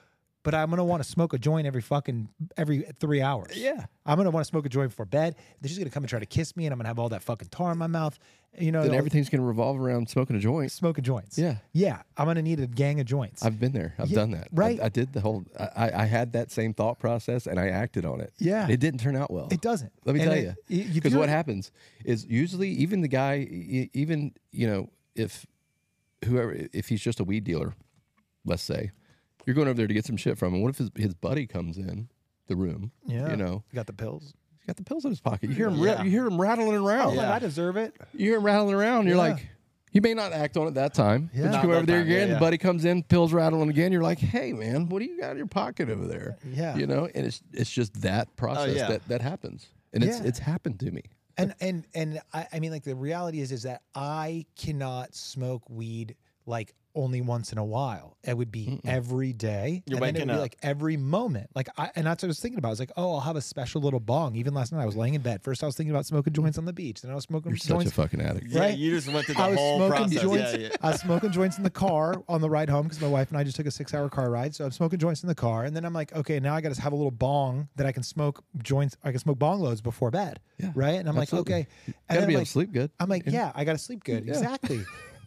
Speaker 1: but I'm gonna want to smoke a joint every fucking every three hours.
Speaker 2: Yeah.
Speaker 1: I'm gonna want to smoke a joint before bed. They're just gonna come and try to kiss me, and I'm gonna have all that fucking tar in my mouth. You know,
Speaker 2: then
Speaker 1: all-
Speaker 2: everything's going to revolve around smoking a joint.
Speaker 1: smoking joints.
Speaker 2: Yeah.
Speaker 1: yeah. I'm gonna need a gang of joints.
Speaker 2: I've been there. I've
Speaker 1: Yeah,
Speaker 2: done that. I-
Speaker 1: right.
Speaker 2: I, did the whole. I- I, I had that same thought process and I acted on it.
Speaker 1: Yeah.
Speaker 2: It didn't turn out well.
Speaker 1: it doesn't.
Speaker 2: Let me
Speaker 1: And
Speaker 2: tell
Speaker 1: it-
Speaker 2: you,
Speaker 1: you
Speaker 2: because
Speaker 1: do
Speaker 2: what
Speaker 1: it-
Speaker 2: happens is usually even the guy, e- even you know, if whoever, if he's just a weed dealer, let's say, you're going over there to get some shit from him. What if his, his buddy comes in the room?
Speaker 1: Yeah.
Speaker 2: you know,
Speaker 1: You got the pills.
Speaker 2: he's got the pills in his pocket. You hear him, ra-
Speaker 4: Yeah.
Speaker 2: you hear him rattling around.
Speaker 1: I'm like,
Speaker 4: Yeah.
Speaker 1: I deserve it.
Speaker 2: You hear him rattling around. You're
Speaker 1: Yeah.
Speaker 2: like, you may not act on it that time.
Speaker 1: Yeah.
Speaker 2: But you
Speaker 1: Not
Speaker 2: go
Speaker 4: that
Speaker 2: over there
Speaker 4: time.
Speaker 2: again.
Speaker 4: Yeah,
Speaker 2: The
Speaker 4: yeah.
Speaker 2: buddy comes in, pills rattling again. You're like, hey man, what do you got in your pocket over there?
Speaker 1: Yeah.
Speaker 2: you know, and it's it's just that process
Speaker 4: yeah.
Speaker 2: that that happens, and it's
Speaker 1: Yeah.
Speaker 2: it's happened to me.
Speaker 1: and and and I, I mean like the reality is is that i cannot smoke weed like only once in a while it would be every day
Speaker 4: You're
Speaker 1: and then it
Speaker 4: waking
Speaker 1: would be
Speaker 4: up.
Speaker 1: like every moment like i and that's what i was thinking about i was like oh i'll have a special little bong even last night i was laying in bed first i was thinking about smoking joints on the beach then i was smoking
Speaker 2: You're such a
Speaker 1: joints
Speaker 2: fucking addict.
Speaker 4: Yeah,
Speaker 1: Right?
Speaker 4: you just went through the
Speaker 1: I was
Speaker 4: whole
Speaker 1: smoking
Speaker 4: process.
Speaker 1: joints.
Speaker 4: Yeah, yeah.
Speaker 1: I was smoking joints in the car on the ride home because my wife and I just took a six-hour car ride. So I'm smoking joints in the car, and then I'm like, okay, now I got to have a little bong that I can smoke joints. I can smoke bong loads before bed,
Speaker 2: Yeah,
Speaker 1: right? And I'm
Speaker 2: absolutely.
Speaker 1: like, okay, and
Speaker 2: Gotta
Speaker 1: then
Speaker 2: be
Speaker 1: I'm
Speaker 2: able
Speaker 1: like,
Speaker 2: to sleep good.
Speaker 1: I'm like,
Speaker 2: you know?
Speaker 1: yeah, I got to sleep good.
Speaker 2: Yeah.
Speaker 1: Exactly.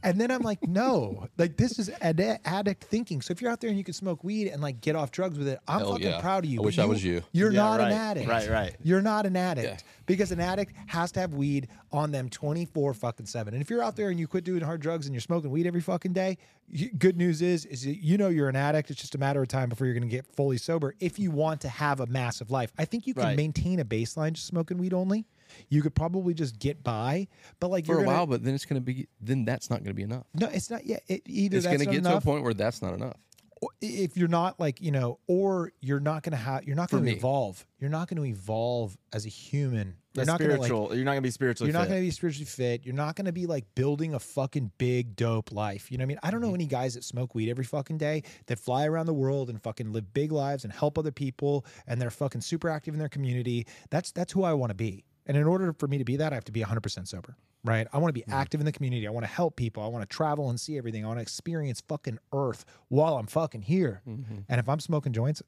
Speaker 1: And then I'm like, no, like this is ad- addict thinking. So if you're out there and you can smoke weed and like get off drugs with it, I'm
Speaker 2: Hell
Speaker 1: fucking
Speaker 2: yeah.
Speaker 1: proud of you.
Speaker 2: I
Speaker 1: but
Speaker 2: wish I was you.
Speaker 1: You're
Speaker 4: Yeah,
Speaker 1: not an
Speaker 4: right,
Speaker 1: addict.
Speaker 4: right, right.
Speaker 1: You're not an addict
Speaker 2: Yeah.
Speaker 1: because an addict has to have weed on them 24 fucking seven. And if you're out there and you quit doing hard drugs and you're smoking weed every fucking day, you, good news is, is that you know you're an addict. It's just a matter of time before you're going to get fully sober. If you want to have a massive life, I think you can
Speaker 4: Right.
Speaker 1: maintain a baseline just smoking weed only. You could probably just get by, but like
Speaker 2: for
Speaker 1: you're
Speaker 2: a
Speaker 1: gonna-
Speaker 2: while, but then it's gonna be then that's not gonna be enough.
Speaker 1: no, it's not. Yeah, it, either
Speaker 2: it's
Speaker 1: that's
Speaker 2: gonna
Speaker 1: not
Speaker 2: get to a
Speaker 1: enough,
Speaker 2: point where that's not enough.
Speaker 1: or- if you're not like you know, or you're not gonna have, you're not gonna
Speaker 2: me.
Speaker 1: evolve. You're not gonna evolve as a human. You're
Speaker 4: That's
Speaker 1: not gonna like.
Speaker 4: spiritual. you're not gonna be spiritually.
Speaker 1: You're not
Speaker 4: fit.
Speaker 1: going to be spiritually fit. You're not going to be like building a fucking big dope life. You know what I mean? I don't
Speaker 2: Mm-hmm.
Speaker 1: know any guys that smoke weed every fucking day that fly around the world and fucking live big lives and help other people and they're fucking super active in their community. That's that's who I want to be. And in order for me to be that, I have to be 100% sober, right? I want to be
Speaker 2: Mm-hmm.
Speaker 1: active in the community. I want to help people. I want to travel and see everything. I want to experience fucking earth while I'm fucking here. And if I'm smoking joints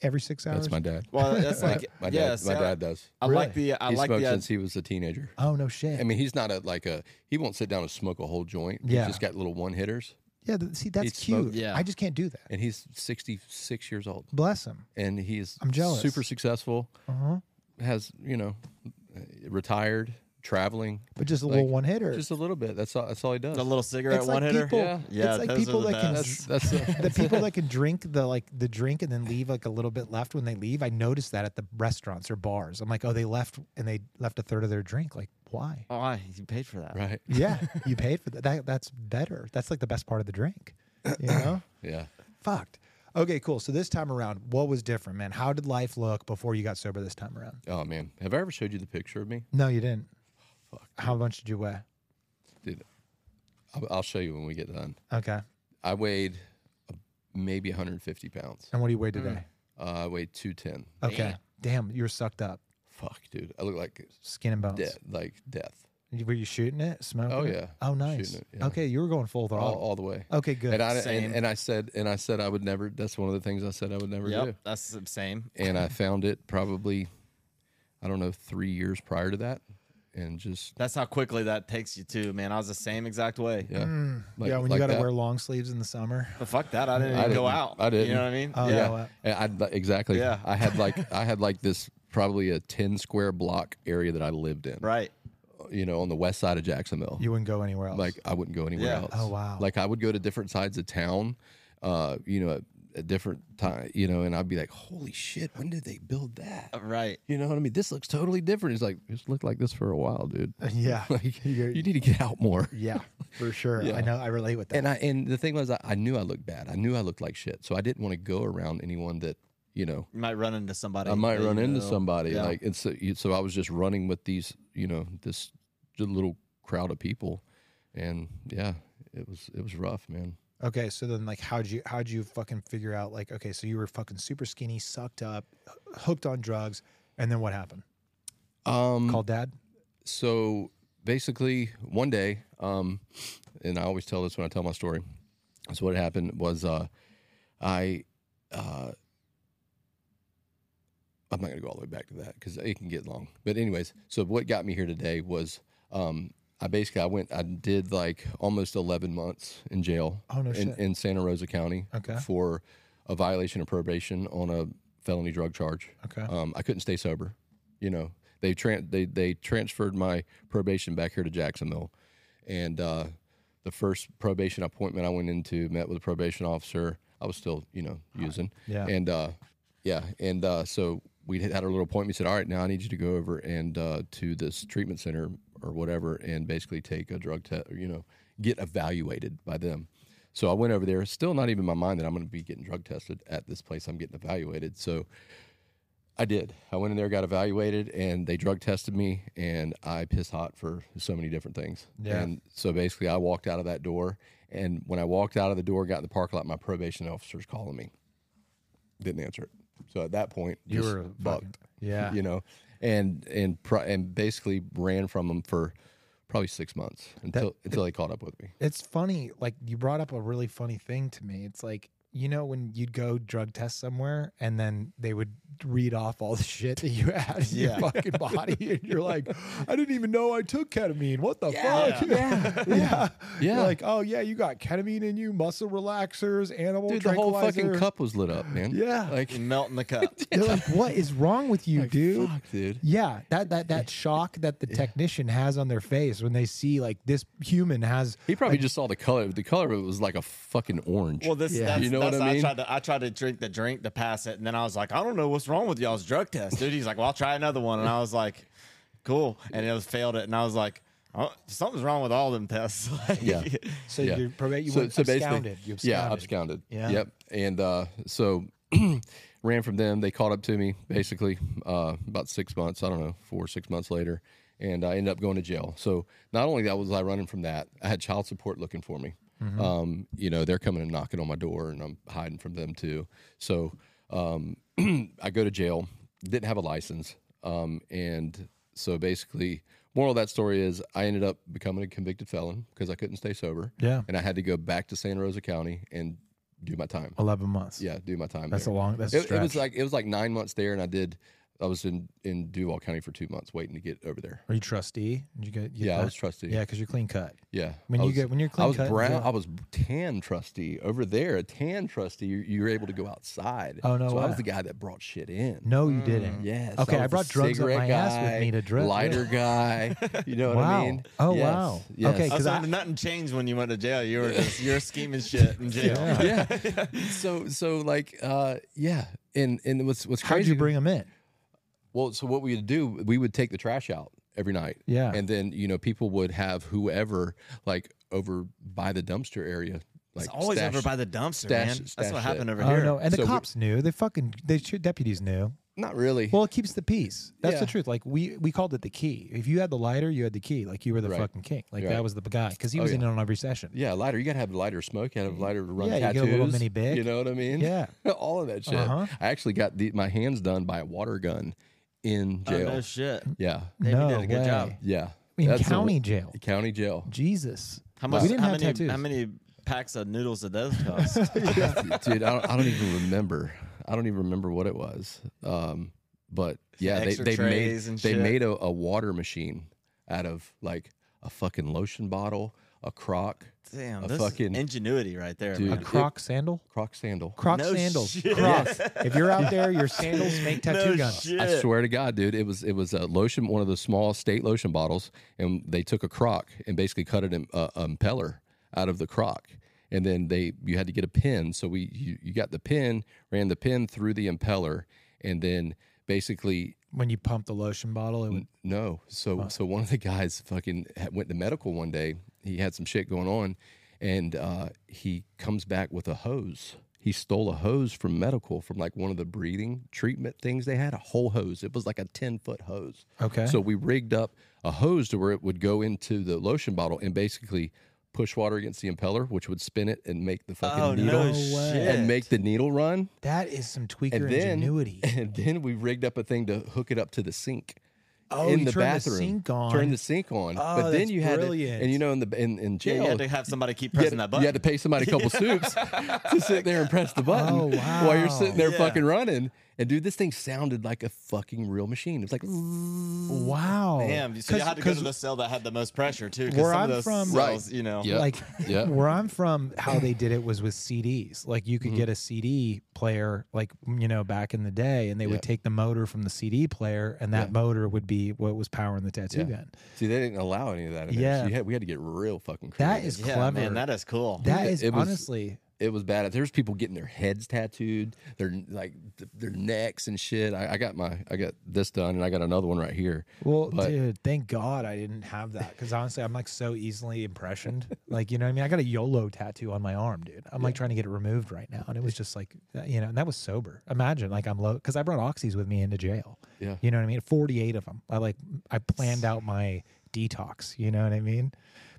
Speaker 1: every 6 hours,
Speaker 2: Mm-hmm. That's my dad.
Speaker 4: Well, that's like
Speaker 2: My dad,
Speaker 4: yeah.
Speaker 2: my
Speaker 4: see, I-
Speaker 2: dad does.
Speaker 4: I like the. I
Speaker 2: he
Speaker 4: like
Speaker 2: smoked
Speaker 4: the. uh,
Speaker 2: since he was a teenager.
Speaker 1: Oh no shit.
Speaker 2: I mean, he's not a like a. He won't sit down and smoke a whole joint.
Speaker 1: Yeah.
Speaker 2: He's just got little one hitters,
Speaker 1: yeah, th- see that's
Speaker 2: He'd smoke-
Speaker 1: cute.
Speaker 4: Yeah.
Speaker 1: I just can't do that.
Speaker 2: and he's sixty six years old,
Speaker 1: Bless him.
Speaker 2: and he's
Speaker 1: I'm jealous.
Speaker 2: Super successful,
Speaker 1: Uh-huh.
Speaker 2: has you know, uh, retired, traveling,
Speaker 1: But just a
Speaker 2: Like,
Speaker 1: little one hitter.
Speaker 2: just a little bit. That's all. That's all he does.
Speaker 4: the little cigarette
Speaker 1: It's like
Speaker 4: one hitter.
Speaker 1: people-
Speaker 2: Yeah.
Speaker 4: yeah,
Speaker 1: it's like
Speaker 4: those are
Speaker 1: people
Speaker 4: the
Speaker 1: that can
Speaker 4: best.
Speaker 2: that's that's.
Speaker 1: the people that can drink the like the drink and then leave like a little bit left when they leave. I noticed that at the restaurants or bars. I'm like, oh, they left and they left a third of their drink. Like, why?
Speaker 4: Oh, I, you paid for that.
Speaker 2: right.
Speaker 1: Yeah, you paid for that. that. That's better. That's like the best part of the drink. You know,
Speaker 2: Yeah.
Speaker 1: fucked. Okay, cool. So this time around, what was different, man? How did life look before you got sober this time around?
Speaker 2: Oh man, have I ever showed you the picture of me?
Speaker 1: No, you didn't.
Speaker 2: Fuck.
Speaker 1: How much did you weigh?
Speaker 2: Dude, I'll, I'll show you when we get done.
Speaker 1: Okay.
Speaker 2: I weighed uh, maybe 150 pounds.
Speaker 1: And what do you weigh today?
Speaker 2: Uh, I weighed 210.
Speaker 1: Okay. Mm. Damn. you're sucked up,
Speaker 2: Fuck, dude. I look like
Speaker 1: skin and bones.
Speaker 2: death. Like death.
Speaker 1: You- Were you shooting it? Smoking?
Speaker 2: Oh,
Speaker 1: it?
Speaker 2: yeah.
Speaker 1: Oh
Speaker 2: Shooting
Speaker 1: nice.
Speaker 2: it, yeah.
Speaker 1: Okay, you were going full
Speaker 2: All,
Speaker 1: throttle.
Speaker 2: all the way.
Speaker 1: okay, good.
Speaker 2: And I
Speaker 4: Same.
Speaker 2: and, and I said and I said I would never. That's one of the things I said I would never do.
Speaker 4: Yep, that's the same.
Speaker 2: And I found it probably, I don't know, three years prior to that, and just
Speaker 4: That's how quickly that takes you too, man. I was the same exact way.
Speaker 2: yeah. like-
Speaker 1: Mm. yeah, when you
Speaker 2: like
Speaker 1: got to
Speaker 2: that.
Speaker 1: wear long sleeves in the summer.
Speaker 4: But fuck that, I didn't
Speaker 2: I
Speaker 4: even go
Speaker 2: didn't-
Speaker 4: out.
Speaker 2: I
Speaker 4: You
Speaker 2: didn't.
Speaker 4: know what I mean?
Speaker 1: Oh,
Speaker 4: yeah.
Speaker 1: no, uh,
Speaker 2: And I'd, li- exactly.
Speaker 4: Yeah.
Speaker 2: I had like I had like this probably a ten square block area that I lived in.
Speaker 4: Right.
Speaker 2: You know, on the west side of Jacksonville.
Speaker 1: you wouldn't go anywhere else.
Speaker 2: like I wouldn't go anywhere
Speaker 4: Yeah.
Speaker 2: else.
Speaker 1: Oh, wow.
Speaker 2: Like I would go to different sides of town. Uh, you know, at, at different time. You know, and I'd be like, holy shit, when did they build that?
Speaker 4: Right.
Speaker 2: You know what I mean? This looks totally different. He's like, it's looked like this for a while, dude.
Speaker 1: yeah,
Speaker 2: like,
Speaker 1: You're-
Speaker 2: you need to get out more.
Speaker 1: yeah, for sure. I
Speaker 2: Yeah.
Speaker 1: know. I relate with that.
Speaker 2: And I and the thing was, I, I knew I looked bad. I knew I looked like shit. So I didn't want to go around anyone that you know.
Speaker 4: You might run into somebody.
Speaker 2: I might
Speaker 4: that you
Speaker 2: run into
Speaker 4: know.
Speaker 2: somebody
Speaker 4: Yeah.
Speaker 2: like and so you- so I was just running with these you know this little crowd of people, and yeah, it was it was rough, man.
Speaker 1: okay, so then like, how'd you how'd you fucking figure out? Like, okay, so you were fucking super skinny, sucked up, h- hooked on drugs, and then what happened?
Speaker 2: Um,
Speaker 1: Called dad.
Speaker 2: so basically one day um and i always tell this when i tell my story so what happened was uh i uh i'm not gonna go all the way back to that because it can get long but anyways so what got me here today was um i basically i went i did like almost 11 months in jail
Speaker 1: Oh, no
Speaker 2: in,
Speaker 1: shit.
Speaker 2: in santa rosa county
Speaker 1: Okay.
Speaker 2: for a violation of probation on a felony drug charge
Speaker 1: Okay.
Speaker 2: um, I couldn't stay sober. You know, they tran they they transferred my probation back here to Jacksonville, and uh, the first probation appointment I went into met with a probation officer. I was still, you know, using.
Speaker 1: Yeah.
Speaker 2: And uh, yeah, and uh, so we had had our little appointment. Said, all right, now I need you to go over and uh, to this treatment center or whatever, and basically take a drug test. You know, get evaluated by them. So I went over there, still not even in my mind that I'm going to be getting drug tested at this place. I'm getting evaluated. So I did. I went in there, got evaluated, and they drug tested me, and I piss hot for so many different things.
Speaker 1: Yeah.
Speaker 2: And so basically, I walked out of that door, and when I walked out of the door, got in the parking lot, my probation officer's calling me. Didn't answer it. So at that point,
Speaker 1: You
Speaker 2: just
Speaker 1: were fucking-
Speaker 2: bucked.
Speaker 1: yeah.
Speaker 2: You know, and and pro- and basically ran from them for probably six months until until they caught up with me.
Speaker 1: It's funny, like you brought up a really funny thing to me. It's like, you know, when you'd go drug test somewhere and then they would read off all the shit that you had in
Speaker 4: Yeah.
Speaker 1: your fucking body, and you're like, I didn't even know I took ketamine. What the fuck?
Speaker 2: Yeah.
Speaker 1: Yeah.
Speaker 2: Yeah.
Speaker 1: You're like, oh yeah, you got ketamine in you, muscle relaxers, animal
Speaker 2: Dude, the whole fucking
Speaker 1: tranquilizer."
Speaker 2: cup was lit up, man.
Speaker 1: Yeah.
Speaker 2: Like,
Speaker 4: You melt in the cup.
Speaker 1: They're like, what is wrong with you,
Speaker 2: like,
Speaker 1: dude?
Speaker 2: fuck, dude.
Speaker 1: Yeah, that that that shock that the technician has on their face when they see like this human has
Speaker 2: He probably just saw the color. The color of it was like a fucking orange.
Speaker 4: Well, this
Speaker 1: Yeah.
Speaker 4: that's,
Speaker 2: You know what
Speaker 4: that's
Speaker 2: I mean?
Speaker 4: tried to I tried to drink the drink to pass it, and then I was like, I don't know what's wrong with y'all's drug test, dude. He's like, Well, I'll try another one, and I was like, Cool, and it was failed it, and I was like, Oh, something's wrong with all them tests. Like,
Speaker 2: Yeah.
Speaker 1: so
Speaker 2: yeah.
Speaker 1: you probate you went
Speaker 2: basically-
Speaker 1: absconded. You
Speaker 2: Yeah,
Speaker 1: absconded.
Speaker 2: absconded.
Speaker 1: Yeah.
Speaker 2: Yep. And uh, so ran from them. They caught up to me basically uh, about six months. I don't know, four or six months later, and I ended up going to jail. So not only that was I running from that, I had child support looking for me.
Speaker 1: Mm-hmm.
Speaker 2: Um, you know, they're coming and knocking on my door, and I'm hiding from them too. So um, I go to jail. Didn't have a license, um, and so basically. Moral of that story is I ended up becoming a convicted felon because I couldn't stay sober
Speaker 1: Yeah.
Speaker 2: and I had to go back to Santa Rosa County and do my time.
Speaker 1: Eleven months.
Speaker 2: Yeah, do my
Speaker 1: Oh,
Speaker 2: time.
Speaker 1: That's
Speaker 2: there.
Speaker 1: a long. That's a
Speaker 2: It, it was
Speaker 1: stretch.
Speaker 2: like it was like nine months there, and I did. I was in in Duval County for two months waiting to get over there.
Speaker 1: Are you trustee? Did you get? get
Speaker 2: yeah, I
Speaker 1: that?
Speaker 2: was trustee.
Speaker 1: Yeah, because you're clean cut.
Speaker 2: yeah.
Speaker 1: When
Speaker 2: I
Speaker 1: you
Speaker 2: was-
Speaker 1: get when you're clean
Speaker 2: I was
Speaker 1: cut.
Speaker 2: brown.
Speaker 1: yeah.
Speaker 2: I was tan trustee over there. A tan trustee, you, you were able to go outside.
Speaker 1: Oh, no
Speaker 2: So I
Speaker 1: way.
Speaker 2: was the guy that brought shit in.
Speaker 1: No, you didn't.
Speaker 2: Yes.
Speaker 1: Okay, I
Speaker 2: was the
Speaker 1: brought drugs up
Speaker 2: cigarette
Speaker 1: my
Speaker 2: guy,
Speaker 1: ass with me to drip, yeah.
Speaker 2: Lighter guy. You know what
Speaker 1: Wow.
Speaker 2: I mean?
Speaker 1: Oh,
Speaker 2: Yes,
Speaker 1: wow.
Speaker 2: yes.
Speaker 1: Okay,
Speaker 4: I was
Speaker 1: 'Cause I-
Speaker 4: like, nothing changed when you went to jail. You were just you were scheming shit in jail.
Speaker 2: yeah. So so like uh yeah, and and what's what's
Speaker 1: How'd
Speaker 2: crazy?
Speaker 1: you bring them in?
Speaker 2: Well, so what we would do, we would take the trash out every night.
Speaker 1: Yeah.
Speaker 2: And then, you know, people would have whoever like over by the dumpster area. Like
Speaker 4: It's always
Speaker 2: stash-
Speaker 4: over by the dumpster,
Speaker 2: stash-
Speaker 4: man.
Speaker 2: stash
Speaker 4: That's what
Speaker 2: it.
Speaker 4: happened over
Speaker 1: Oh
Speaker 4: here.
Speaker 1: no! And the
Speaker 2: So we-
Speaker 1: cops knew. They fucking. They shoot deputies knew.
Speaker 2: Not really.
Speaker 1: Well, it keeps the peace. That's the
Speaker 2: Yeah.
Speaker 1: truth. Like we we called it the key. If you had the lighter, you had the key. Like you were the
Speaker 2: Right.
Speaker 1: fucking king. Like
Speaker 2: Right.
Speaker 1: that was the guy because he
Speaker 2: Oh,
Speaker 1: was in
Speaker 2: yeah.
Speaker 1: on every session.
Speaker 2: yeah, lighter. You gotta have lighter smoke. You gotta have lighter to run
Speaker 1: Yeah, you
Speaker 2: tattoos.
Speaker 1: get a little mini big.
Speaker 2: You know what I mean?
Speaker 1: Yeah.
Speaker 2: All of that shit.
Speaker 1: Uh-huh.
Speaker 2: I actually got the, my hands done by a water gun in
Speaker 4: Oh,
Speaker 2: jail.
Speaker 4: no shit.
Speaker 2: yeah.
Speaker 4: Maybe
Speaker 1: no
Speaker 4: did a good
Speaker 1: way.
Speaker 4: job.
Speaker 2: Yeah.
Speaker 1: In
Speaker 2: That's a-
Speaker 1: county jail.
Speaker 2: county jail.
Speaker 1: Jesus.
Speaker 4: How much?
Speaker 1: We didn't
Speaker 4: how
Speaker 1: have
Speaker 4: many?
Speaker 1: tattoos.
Speaker 4: How many packs of noodles did those cost?
Speaker 2: Dude, I don't, I don't even remember. I don't even remember what it was. Um, but yeah, they,
Speaker 4: Extra
Speaker 2: they made
Speaker 4: trays and
Speaker 2: they
Speaker 4: shit.
Speaker 2: made a, a water machine out of like a fucking lotion bottle, a crock,
Speaker 4: Damn,
Speaker 2: A
Speaker 4: this
Speaker 2: fucking-
Speaker 4: is ingenuity right there,
Speaker 2: Dude.
Speaker 1: A
Speaker 4: man.
Speaker 2: it-
Speaker 1: croc sandal.
Speaker 2: croc sandal.
Speaker 1: Croc
Speaker 4: No
Speaker 1: sandals.
Speaker 4: shit.
Speaker 1: Crocs. If you're out there, your sandals make tattoo
Speaker 4: no
Speaker 1: guns.
Speaker 4: Shit.
Speaker 2: I swear to God, dude, it was it was a lotion, one of the small state lotion bottles, and they took a crock and basically cut an uh, impeller out of the crock, and then they you had to get a pin. So we you, you got the pin, ran the pin through the impeller, and then basically
Speaker 1: When you pump the lotion bottle, it would,
Speaker 2: no. So so one of the guys fucking had- went to medical one day. He had some shit going on, and uh, he comes back with a hose. He stole a hose from medical from like one of the breathing treatment things they had. A whole hose. It was like a ten foot hose.
Speaker 1: okay.
Speaker 2: So we rigged up a hose to where it would go into the lotion bottle and basically push water against the impeller, which would spin it and make the fucking
Speaker 4: Oh
Speaker 2: needle
Speaker 4: no
Speaker 1: No way.
Speaker 4: shit!
Speaker 2: and make the needle run.
Speaker 1: that is some
Speaker 2: And
Speaker 1: tweaker
Speaker 2: then
Speaker 1: ingenuity.
Speaker 2: and then we rigged up a thing to hook it up to the sink.
Speaker 1: Oh,
Speaker 2: in
Speaker 1: you
Speaker 2: the
Speaker 1: turn the
Speaker 2: bathroom,
Speaker 1: sink on.
Speaker 2: turn the sink on.
Speaker 1: Oh,
Speaker 2: but then
Speaker 1: that's
Speaker 2: you had
Speaker 1: brilliant.
Speaker 2: to, and you know, in the in, in
Speaker 4: yeah,
Speaker 2: jail,
Speaker 4: you had to have somebody keep
Speaker 2: you had to-
Speaker 4: pressing that
Speaker 2: you
Speaker 4: button.
Speaker 2: had to pay somebody a couple soups to sit there and press the button
Speaker 1: Oh,
Speaker 2: while you're sitting there
Speaker 4: wow.
Speaker 2: fucking running. And dude, this thing sounded like a fucking real machine. It was like,
Speaker 1: wow.
Speaker 2: Oh.
Speaker 4: Damn, so you
Speaker 1: 'Cause-
Speaker 4: had to go to
Speaker 1: 'cause
Speaker 4: the cell that had the most pressure too. 'cause
Speaker 1: Where
Speaker 4: some
Speaker 1: I'm
Speaker 4: of those
Speaker 1: from-
Speaker 4: cells, you know,
Speaker 2: Yeah.
Speaker 1: Like
Speaker 2: Yeah.
Speaker 1: where I'm from, how they did it was with CDs. Like you could
Speaker 2: Mm-hmm.
Speaker 1: get a CD player, like you know, back in the day, and they
Speaker 2: Yeah.
Speaker 1: would take the motor from the CD player, and that
Speaker 2: Yeah.
Speaker 1: motor would be what was powering the tattoo
Speaker 2: Yeah.
Speaker 1: gun.
Speaker 2: See, they didn't allow any of that. In there. So
Speaker 1: Yeah.
Speaker 2: you had, we had to get real fucking. Creative.
Speaker 1: That is
Speaker 4: yeah,
Speaker 1: clever.
Speaker 4: man, that is cool.
Speaker 1: that
Speaker 2: Yeah,
Speaker 1: is
Speaker 2: it was-
Speaker 1: honestly
Speaker 2: it was bad. There's people getting their heads tattooed, their like th- their necks and shit. I, I got my I got this done, and I got another one right here.
Speaker 1: well,
Speaker 2: but-
Speaker 1: dude. Thank God I didn't have that because honestly, I'm like so easily impressioned. like you know, what I mean, I got a YOLO tattoo on my arm, dude. I'm like trying to get it removed right now, and it was just like uh, you know, and that was sober. Imagine like I'm low because I brought oxys with me into jail.
Speaker 2: Yeah.
Speaker 1: You know what I mean? 48 of them. I like I planned out my detox. You know what I mean?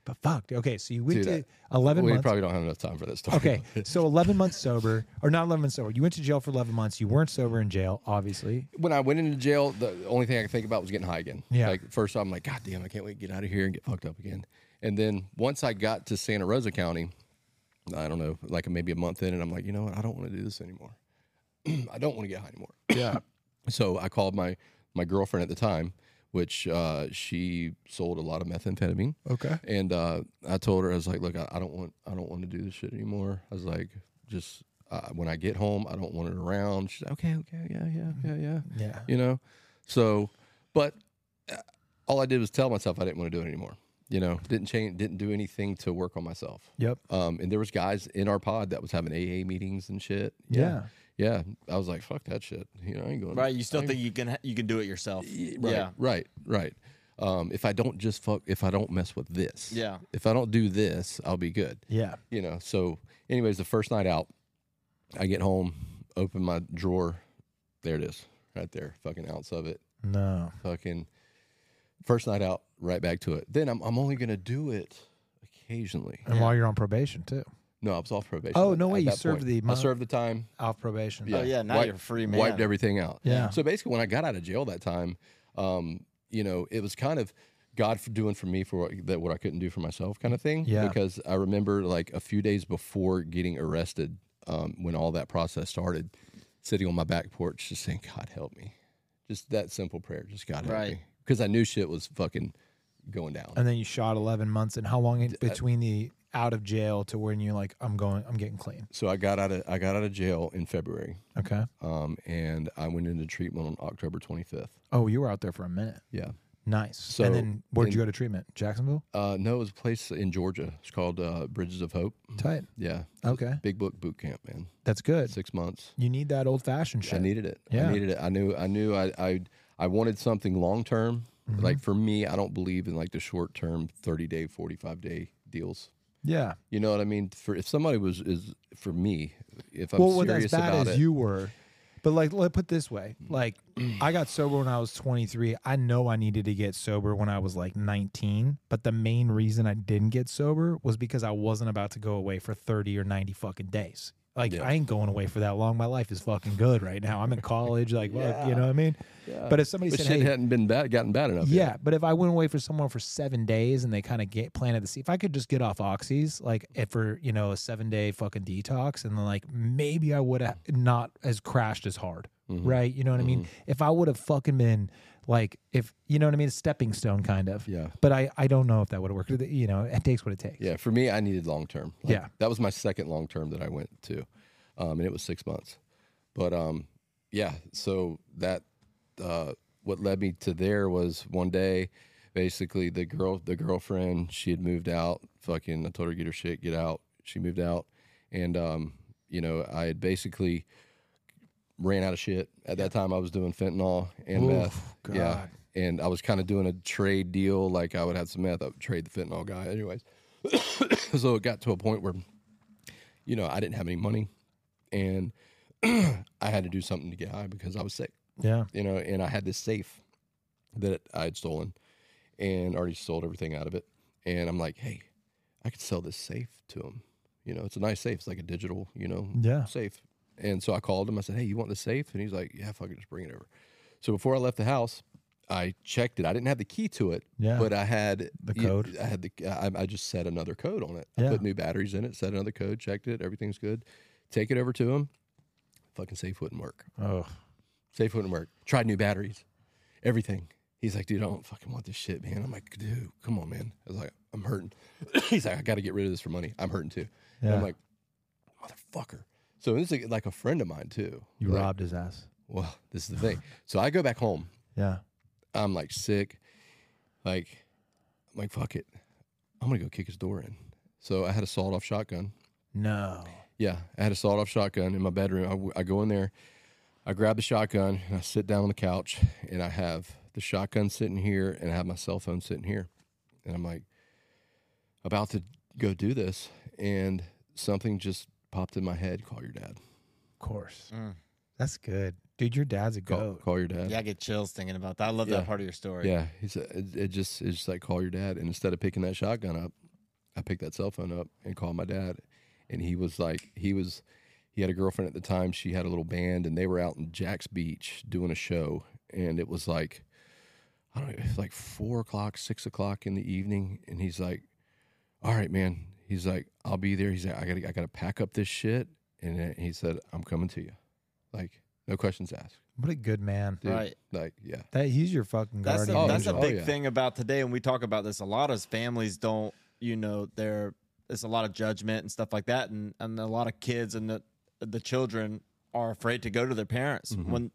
Speaker 1: But fuck. Okay, so you went
Speaker 2: Dude,
Speaker 1: to 11
Speaker 2: We
Speaker 1: months.
Speaker 2: probably don't have enough time for this story.
Speaker 1: Okay, so 11 months sober, or not 11 months sober. You went to jail for 11 months. You weren't sober in jail, obviously.
Speaker 2: When I went into jail, the only thing I could think about was getting high again.
Speaker 1: Yeah.
Speaker 2: Like first, I'm like, God damn, I can't wait to get out of here and get fucked up again. And then once I got to Santa Rosa County, I don't know, like maybe a month in, and I'm like, you know what? I don't want to do this anymore. I don't want to get high anymore.
Speaker 1: Yeah.
Speaker 2: So I called my my girlfriend at the time, which uh, she sold a lot of methamphetamine,
Speaker 1: Okay.
Speaker 2: and uh, I told her I was like, look, I, I don't want I don't want to do this shit anymore. I was like, just uh, when I get home, I don't want it around. She's like, okay, okay, yeah, yeah,
Speaker 4: Mm-hmm.
Speaker 2: yeah, yeah,
Speaker 1: Yeah.
Speaker 2: you know. So, but uh, all I did was tell myself I didn't want to do it anymore. You know, didn't change, didn't do anything to work on myself.
Speaker 1: Yep.
Speaker 2: Um, and there was guys in our pod that was having AA meetings and shit.
Speaker 1: Yeah.
Speaker 2: yeah. I was like, "Fuck that shit." You know, I ain't going.
Speaker 4: right? You
Speaker 2: I
Speaker 4: still
Speaker 2: ain't-
Speaker 4: think you can ha- you can do it yourself?
Speaker 2: right,
Speaker 4: Yeah,
Speaker 2: right, right. Um, if I don't just fuck, if I don't mess with this,
Speaker 4: yeah.
Speaker 2: If I don't do this, I'll be good.
Speaker 1: Yeah.
Speaker 2: You know. So, anyways, the first night out, I get home, open my drawer, there it is, right there, fucking ounce of it,
Speaker 1: No.
Speaker 2: fucking. First night out, right back to it. Then I'm I'm only gonna do it occasionally.
Speaker 1: And while you're on probation too,
Speaker 2: No, I was off probation.
Speaker 1: Oh,
Speaker 2: at-
Speaker 1: no
Speaker 2: at
Speaker 1: way, you
Speaker 2: that
Speaker 1: served
Speaker 2: point.
Speaker 1: the
Speaker 2: I
Speaker 1: month.
Speaker 2: served the time.
Speaker 1: off probation.
Speaker 2: Yeah.
Speaker 4: Oh yeah, now
Speaker 2: Wipe-
Speaker 4: you're a free man.
Speaker 2: wiped everything out.
Speaker 1: Yeah.
Speaker 2: So basically, when I got out of jail that time, um, you know, it was kind of God for doing for me for what, that what I couldn't do for myself, kind of thing.
Speaker 1: Yeah.
Speaker 2: Because I remember like a few days before getting arrested, um, when all that process started, sitting on my back porch, just saying, "God help me," just that simple prayer, just God help
Speaker 4: Right.
Speaker 2: me, because I knew shit was fucking going down.
Speaker 1: And then you shot 11 months. And how long in between the out of jail to when you're like, I'm going, I'm getting clean.
Speaker 2: so I got out of I got out of jail in February,
Speaker 1: Okay.
Speaker 2: um, and I went into treatment on October 25th.
Speaker 1: Oh, you were out there for a minute.
Speaker 2: Yeah.
Speaker 1: Nice.
Speaker 2: So-
Speaker 1: and then where'd you
Speaker 2: and-
Speaker 1: go to treatment? Jacksonville.
Speaker 2: Uh, no, it was a place in Georgia. It's called uh, Bridges of Hope.
Speaker 1: Tight.
Speaker 2: Yeah.
Speaker 1: Okay.
Speaker 2: Big book boot camp, man.
Speaker 1: That's good.
Speaker 2: Six months.
Speaker 1: You need that old fashioned shit.
Speaker 2: I needed it.
Speaker 1: Yeah.
Speaker 2: I needed it. I knew I knew I I, I wanted something long term.
Speaker 1: Mm-hmm.
Speaker 2: Like for me, I don't believe in like the short term 30 day, 45 day deals.
Speaker 1: yeah.
Speaker 2: You know what I mean? For if somebody was is for me, if I'm
Speaker 1: well, well,
Speaker 2: serious
Speaker 1: as bad as
Speaker 2: about it. Mm.
Speaker 1: you were, But like, let put it this way: like, I got sober when I was 23. I know I needed to get sober when I was like 19. But the main reason I didn't get sober was because I wasn't about to go away for 30 or 90 fucking days. Like,
Speaker 2: Yeah.
Speaker 1: I ain't going away for that long. My life is fucking good right now. I'm in college. Like, fuck, you know what I mean? But if somebody
Speaker 2: But
Speaker 1: said,
Speaker 2: shit
Speaker 1: "Hey,
Speaker 2: hadn't been bad, gotten bad enough.
Speaker 1: yeah,
Speaker 2: yet.
Speaker 1: but if I went away for someone for seven days and they kind of get planted the seed, if I could just get off oxys like if for you know a seven day fucking detox, and then like maybe I would have not as crashed as hard,
Speaker 2: Mm-hmm.
Speaker 1: right? You know what I mean? If I would have fucking been like, if you know what I mean, a stepping stone kind of.
Speaker 2: Yeah.
Speaker 1: But I I don't know if that would have worked. You know, it takes what it takes.
Speaker 2: Yeah, for me, I needed long term.
Speaker 1: Yeah.
Speaker 2: that was my second long term that I went to, um, and it was six months. But um, yeah, so that uh, what led me to there was one day, basically the girl, the girlfriend, she had moved out. Fucking, I told her get her shit, get out. She moved out, and um, you know, I had basically ran out of shit. At that time, I was doing fentanyl and
Speaker 1: Oof,
Speaker 2: meth. Yeah,
Speaker 1: God.
Speaker 2: and I was kind of doing a trade deal. Like I would have some meth, I would trade the fentanyl guy. Anyways, so it got to a point where, you know, I didn't have any money, and I had to do something to get high because I was sick.
Speaker 1: Yeah.
Speaker 2: You know, and I had this safe that I had stolen, and already sold everything out of it. And I'm like, hey, I could sell this safe to him. You know, it's a nice safe. It's like a digital, you know,
Speaker 1: Yeah.
Speaker 2: safe. And so I called him. I said, "Hey, you want the safe?" And he's like, "Yeah, fucking just bring it over." So before I left the house, I checked it. I didn't have the key to it,
Speaker 1: Yeah.
Speaker 2: but I had
Speaker 1: The
Speaker 2: you-
Speaker 1: code.
Speaker 2: I had the. I, I just set another code on it.
Speaker 1: Yeah.
Speaker 2: I put new batteries in it. Set another code. Checked it. Everything's good. Take it over to him. Fucking safe wouldn't work.
Speaker 1: Oh.
Speaker 2: Safe wouldn't work. Tried new batteries. Everything. He's like, dude, I don't fucking want this shit, man. I'm like, dude, come on, man. I was like, I'm hurting. He's like, I got to get rid of this for money. I'm hurting too. And
Speaker 1: Yeah.
Speaker 2: I'm like, motherfucker. So this is like a friend of mine too.
Speaker 1: You
Speaker 2: Like,
Speaker 1: robbed his ass.
Speaker 2: Well, this is the thing. so I go back home.
Speaker 1: Yeah.
Speaker 2: I'm like sick. Like, I'm like, fuck it. I'm gonna go kick his door in. So I had a sawed off shotgun.
Speaker 1: No.
Speaker 2: Yeah, I had a sawed off shotgun in my bedroom. I w- I, go in there, I grab the shotgun, and I sit down on the couch, and I have the shotgun sitting here, and I have my cell phone sitting here. And I'm like, about to go do this, and something just popped in my head call your dad.
Speaker 1: Of course.
Speaker 4: Mm.
Speaker 1: That's good, dude. Your dad's a
Speaker 2: Call,
Speaker 1: goat.
Speaker 2: call your dad.
Speaker 4: Yeah, I get chills thinking about that. I love
Speaker 2: Yeah.
Speaker 4: that part of your story.
Speaker 2: Yeah, he said it, it just it's just like call your dad, and instead of picking that shotgun up, I picked that cell phone up and called my dad, and he was like, he was, he had a girlfriend at the time. She had a little band, and they were out in Jack's Beach doing a show, and it was like, I don't know, it was like four o'clock, six o'clock in the evening, and he's like, all right, man. He's like, I'll be there. He's like, I gotta, I gotta pack up this shit, and then he said, I'm coming to you, like no questions asked.
Speaker 1: What a good man.
Speaker 2: Dude,
Speaker 4: Right.
Speaker 2: Like, yeah.
Speaker 1: That he's your fucking
Speaker 4: That's
Speaker 1: guardian.
Speaker 4: a, that's a
Speaker 2: angel.
Speaker 1: angel.
Speaker 2: Oh,
Speaker 4: big
Speaker 2: yeah.
Speaker 4: thing about today, and we talk about this a lot. As families don't, you know, there there's a lot of judgment and stuff like that, and and a lot of kids and the the children are afraid to go to their parents
Speaker 2: Mm-hmm.
Speaker 4: when.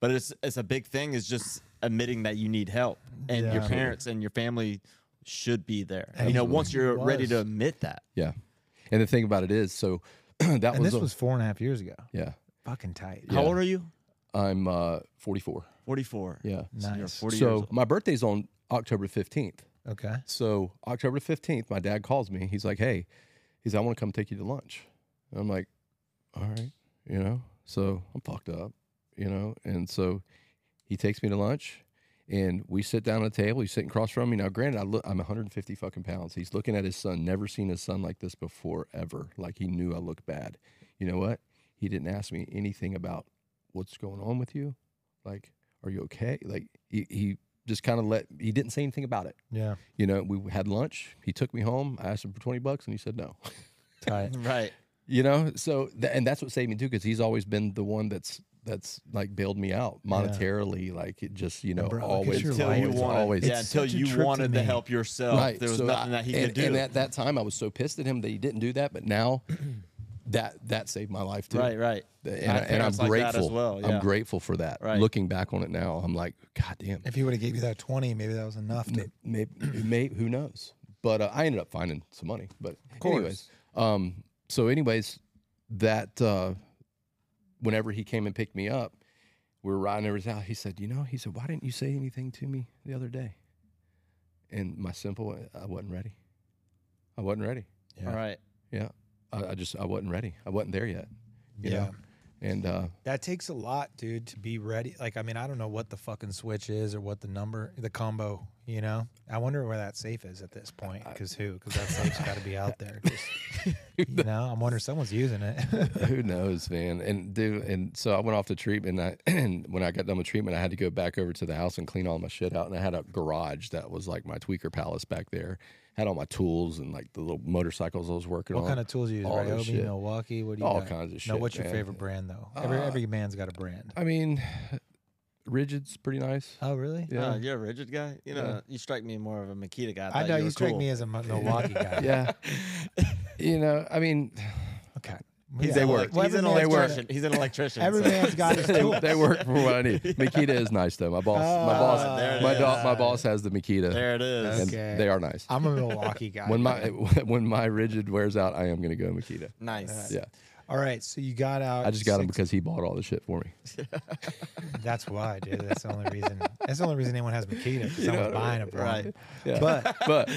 Speaker 4: But it's it's a big thing is just admitting that you need help, and
Speaker 1: Yeah.
Speaker 4: your
Speaker 1: Absolutely.
Speaker 4: parents and your family should be there.
Speaker 1: And
Speaker 4: you know,
Speaker 1: he
Speaker 4: once you're ready to
Speaker 1: was.
Speaker 4: admit that.
Speaker 2: Yeah. And the thing about it is, so that
Speaker 1: And
Speaker 2: was,
Speaker 1: this
Speaker 2: a-
Speaker 1: was four and a half years ago.
Speaker 2: yeah.
Speaker 1: Fucking tight.
Speaker 4: How
Speaker 2: Yeah.
Speaker 4: old are you?
Speaker 2: I'm uh, 44.
Speaker 4: Forty four.
Speaker 2: Yeah.
Speaker 4: so you're
Speaker 1: Nice.
Speaker 4: forty years
Speaker 2: So
Speaker 4: old.
Speaker 2: my birthday's on October 15th.
Speaker 1: Okay.
Speaker 2: So October 15th, my dad calls me. He's like, "Hey," he's, "I want to come take you to lunch." And I'm like, "All right," you know. So I'm fucked up, you know. And so he takes me to lunch, and we sit down at a table. He's sitting across from me. Now, granted, I look, I'm 150 fucking pounds. He's looking at his son. Never seen his son like this before, ever. Like he knew I looked bad. You know what? He didn't ask me anything about what's going on with you. Like, are you okay? Like he, he just kind of let. He didn't say anything about it.
Speaker 1: Yeah.
Speaker 2: You know, we had lunch. He took me home. I asked him for 20 bucks and he said no.
Speaker 1: Tight.
Speaker 4: Right.
Speaker 2: You know, so th- and that's what saved me too cuz he's always been the one that's that's like bailed me out monetarily like it just, you know,
Speaker 1: bro, look at
Speaker 2: always
Speaker 1: your
Speaker 4: Until
Speaker 1: life.
Speaker 4: you
Speaker 2: always,
Speaker 4: wanted,
Speaker 2: always
Speaker 4: yeah,
Speaker 1: It's
Speaker 4: until
Speaker 1: such a
Speaker 4: you
Speaker 1: trip to
Speaker 4: wanted
Speaker 1: me.
Speaker 4: to help yourself, there was
Speaker 2: so
Speaker 4: nothing
Speaker 2: I-
Speaker 4: that he
Speaker 2: and,
Speaker 4: could do.
Speaker 2: And at that time I was so pissed at him that he didn't do that, but now that that saved my life too.
Speaker 4: Right, right.
Speaker 2: And,
Speaker 4: I
Speaker 2: I, and
Speaker 4: had
Speaker 2: I'm
Speaker 4: parents like
Speaker 2: grateful.
Speaker 4: that as well, yeah.
Speaker 2: I'm grateful for that.
Speaker 4: Right.
Speaker 2: Looking back on it now, I'm like, God damn.
Speaker 1: If he would have gave you that twenty, maybe that was enough. To,
Speaker 2: maybe, maybe who knows? But uh, I ended up finding some money. But
Speaker 4: course.
Speaker 2: anyways, um, so anyways, that uh, whenever he came and picked me up, we were riding over his house. He said, "You know," he said, "Why didn't you say anything to me the other day?" And my simple, uh, I wasn't ready. I wasn't ready.
Speaker 1: yeah.
Speaker 4: All right.
Speaker 2: Yeah, I, I just I wasn't ready. I wasn't there yet. You
Speaker 1: Yeah.
Speaker 2: know? and uh,
Speaker 1: That takes a lot, dude, to be ready. Like, I mean, I don't know what the fucking switch is or what the number, the combo. You know, I wonder where that safe is at this point. Because who? Because that safe's got to be out there. 'Cause, you know, I'm wondering if someone's using it.
Speaker 2: who knows, man? And dude, and so I went off to treatment. And, I, and when I got done with treatment, I had to go back over to the house and clean all my shit out. And I had a garage that was like my tweaker palace back there. Had all my tools and like the little motorcycles I was working
Speaker 1: what
Speaker 2: on.
Speaker 1: kind of tools you use?
Speaker 2: all this
Speaker 1: Ryobi,
Speaker 2: shit.
Speaker 1: Milwaukee. What do you
Speaker 2: All
Speaker 1: got?
Speaker 2: kinds of
Speaker 1: No,
Speaker 2: shit,
Speaker 1: what's your
Speaker 2: man.
Speaker 1: favorite brand though? Every
Speaker 2: Uh,
Speaker 1: every man's got a brand.
Speaker 2: I mean, rigid's pretty nice.
Speaker 1: Oh, really?
Speaker 2: Yeah.
Speaker 4: Uh, you're a rigid guy. You know,
Speaker 2: Yeah.
Speaker 4: you strike me more of a Makita guy. I
Speaker 1: I
Speaker 4: thought
Speaker 1: know
Speaker 4: you,
Speaker 1: you
Speaker 4: were
Speaker 1: strike
Speaker 4: cool.
Speaker 1: me as a Mi- Milwaukee guy.
Speaker 2: yeah. You know, I mean,
Speaker 1: Okay.
Speaker 4: He's,
Speaker 1: Yeah,
Speaker 4: a-
Speaker 2: work.
Speaker 1: like,
Speaker 4: he's
Speaker 1: every
Speaker 4: an
Speaker 1: man's got a-
Speaker 4: electrician. He's an electrician.
Speaker 1: Every
Speaker 4: so-
Speaker 1: man's got his
Speaker 2: they,
Speaker 1: tool.
Speaker 2: they work for what I need. Makita is nice though. My boss, my
Speaker 1: Ah,
Speaker 4: there it
Speaker 2: boss, my,
Speaker 4: is.
Speaker 2: dog, my boss has the Makita,
Speaker 4: There it is.
Speaker 2: and
Speaker 1: Okay.
Speaker 2: they are nice.
Speaker 1: I'm a Milwaukee guy.
Speaker 2: when my when my rigid wears out, I am gonna go Makita.
Speaker 4: Nice.
Speaker 2: Yeah,
Speaker 1: All right, so you got out.
Speaker 2: I just got him
Speaker 1: six-
Speaker 2: because he bought all the shit for me.
Speaker 1: That's why, dude. That's the only reason. That's the only reason anyone has Makita. 'cause
Speaker 2: know
Speaker 1: Someone's
Speaker 2: what I
Speaker 1: buying it, bro.
Speaker 4: Right.
Speaker 2: Yeah.
Speaker 1: But
Speaker 2: but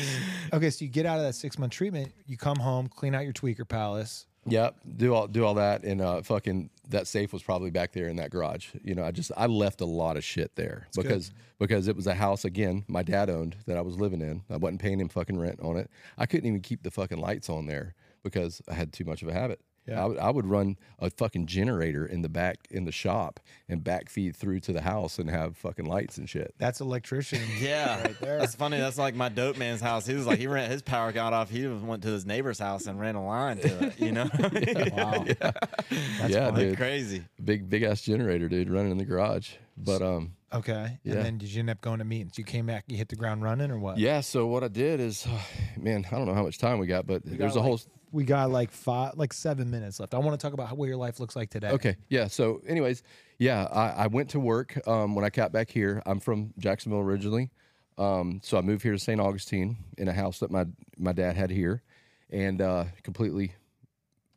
Speaker 1: okay, so you get out of that six month treatment. You come home, clean out your tweaker palace.
Speaker 2: yep, do all do all that, and uh, fucking that safe was probably back there in that garage. You know, I just I left a lot of shit there
Speaker 1: good.
Speaker 2: because because it was a house again my dad owned that I was living in. I wasn't paying him fucking rent on it. I couldn't even keep the fucking lights on there because I had too much of a habit.
Speaker 1: Yeah.
Speaker 2: I would I would run a fucking generator in the back in the shop and back feed through to the house and have fucking lights and shit.
Speaker 1: That's electrician.
Speaker 4: Yeah,
Speaker 1: right there.
Speaker 4: that's funny. That's like my dope man's house. He was like, he ran his power got off. He went to his neighbor's house and ran a line to it. You know,
Speaker 1: Wow, that's
Speaker 2: yeah,
Speaker 1: funny.
Speaker 2: dude.
Speaker 4: crazy.
Speaker 2: big big ass generator, dude, running in the garage. But um,
Speaker 1: Okay,
Speaker 2: Yeah.
Speaker 1: and then did you end up going to meetings? You came back, you hit the ground running, or what?
Speaker 2: yeah. So what I did is, man, I don't know how much time we got, but
Speaker 1: We
Speaker 2: there's
Speaker 1: got,
Speaker 2: a whole.
Speaker 1: like, We got like five, like seven minutes left. I want to talk about how, what your life looks like today.
Speaker 2: Okay, yeah. So, anyways, yeah, I, I went to work um, when I got back here. I'm from Jacksonville originally, um, so I moved here to St. Augustine in a house that my my dad had here, and uh, completely,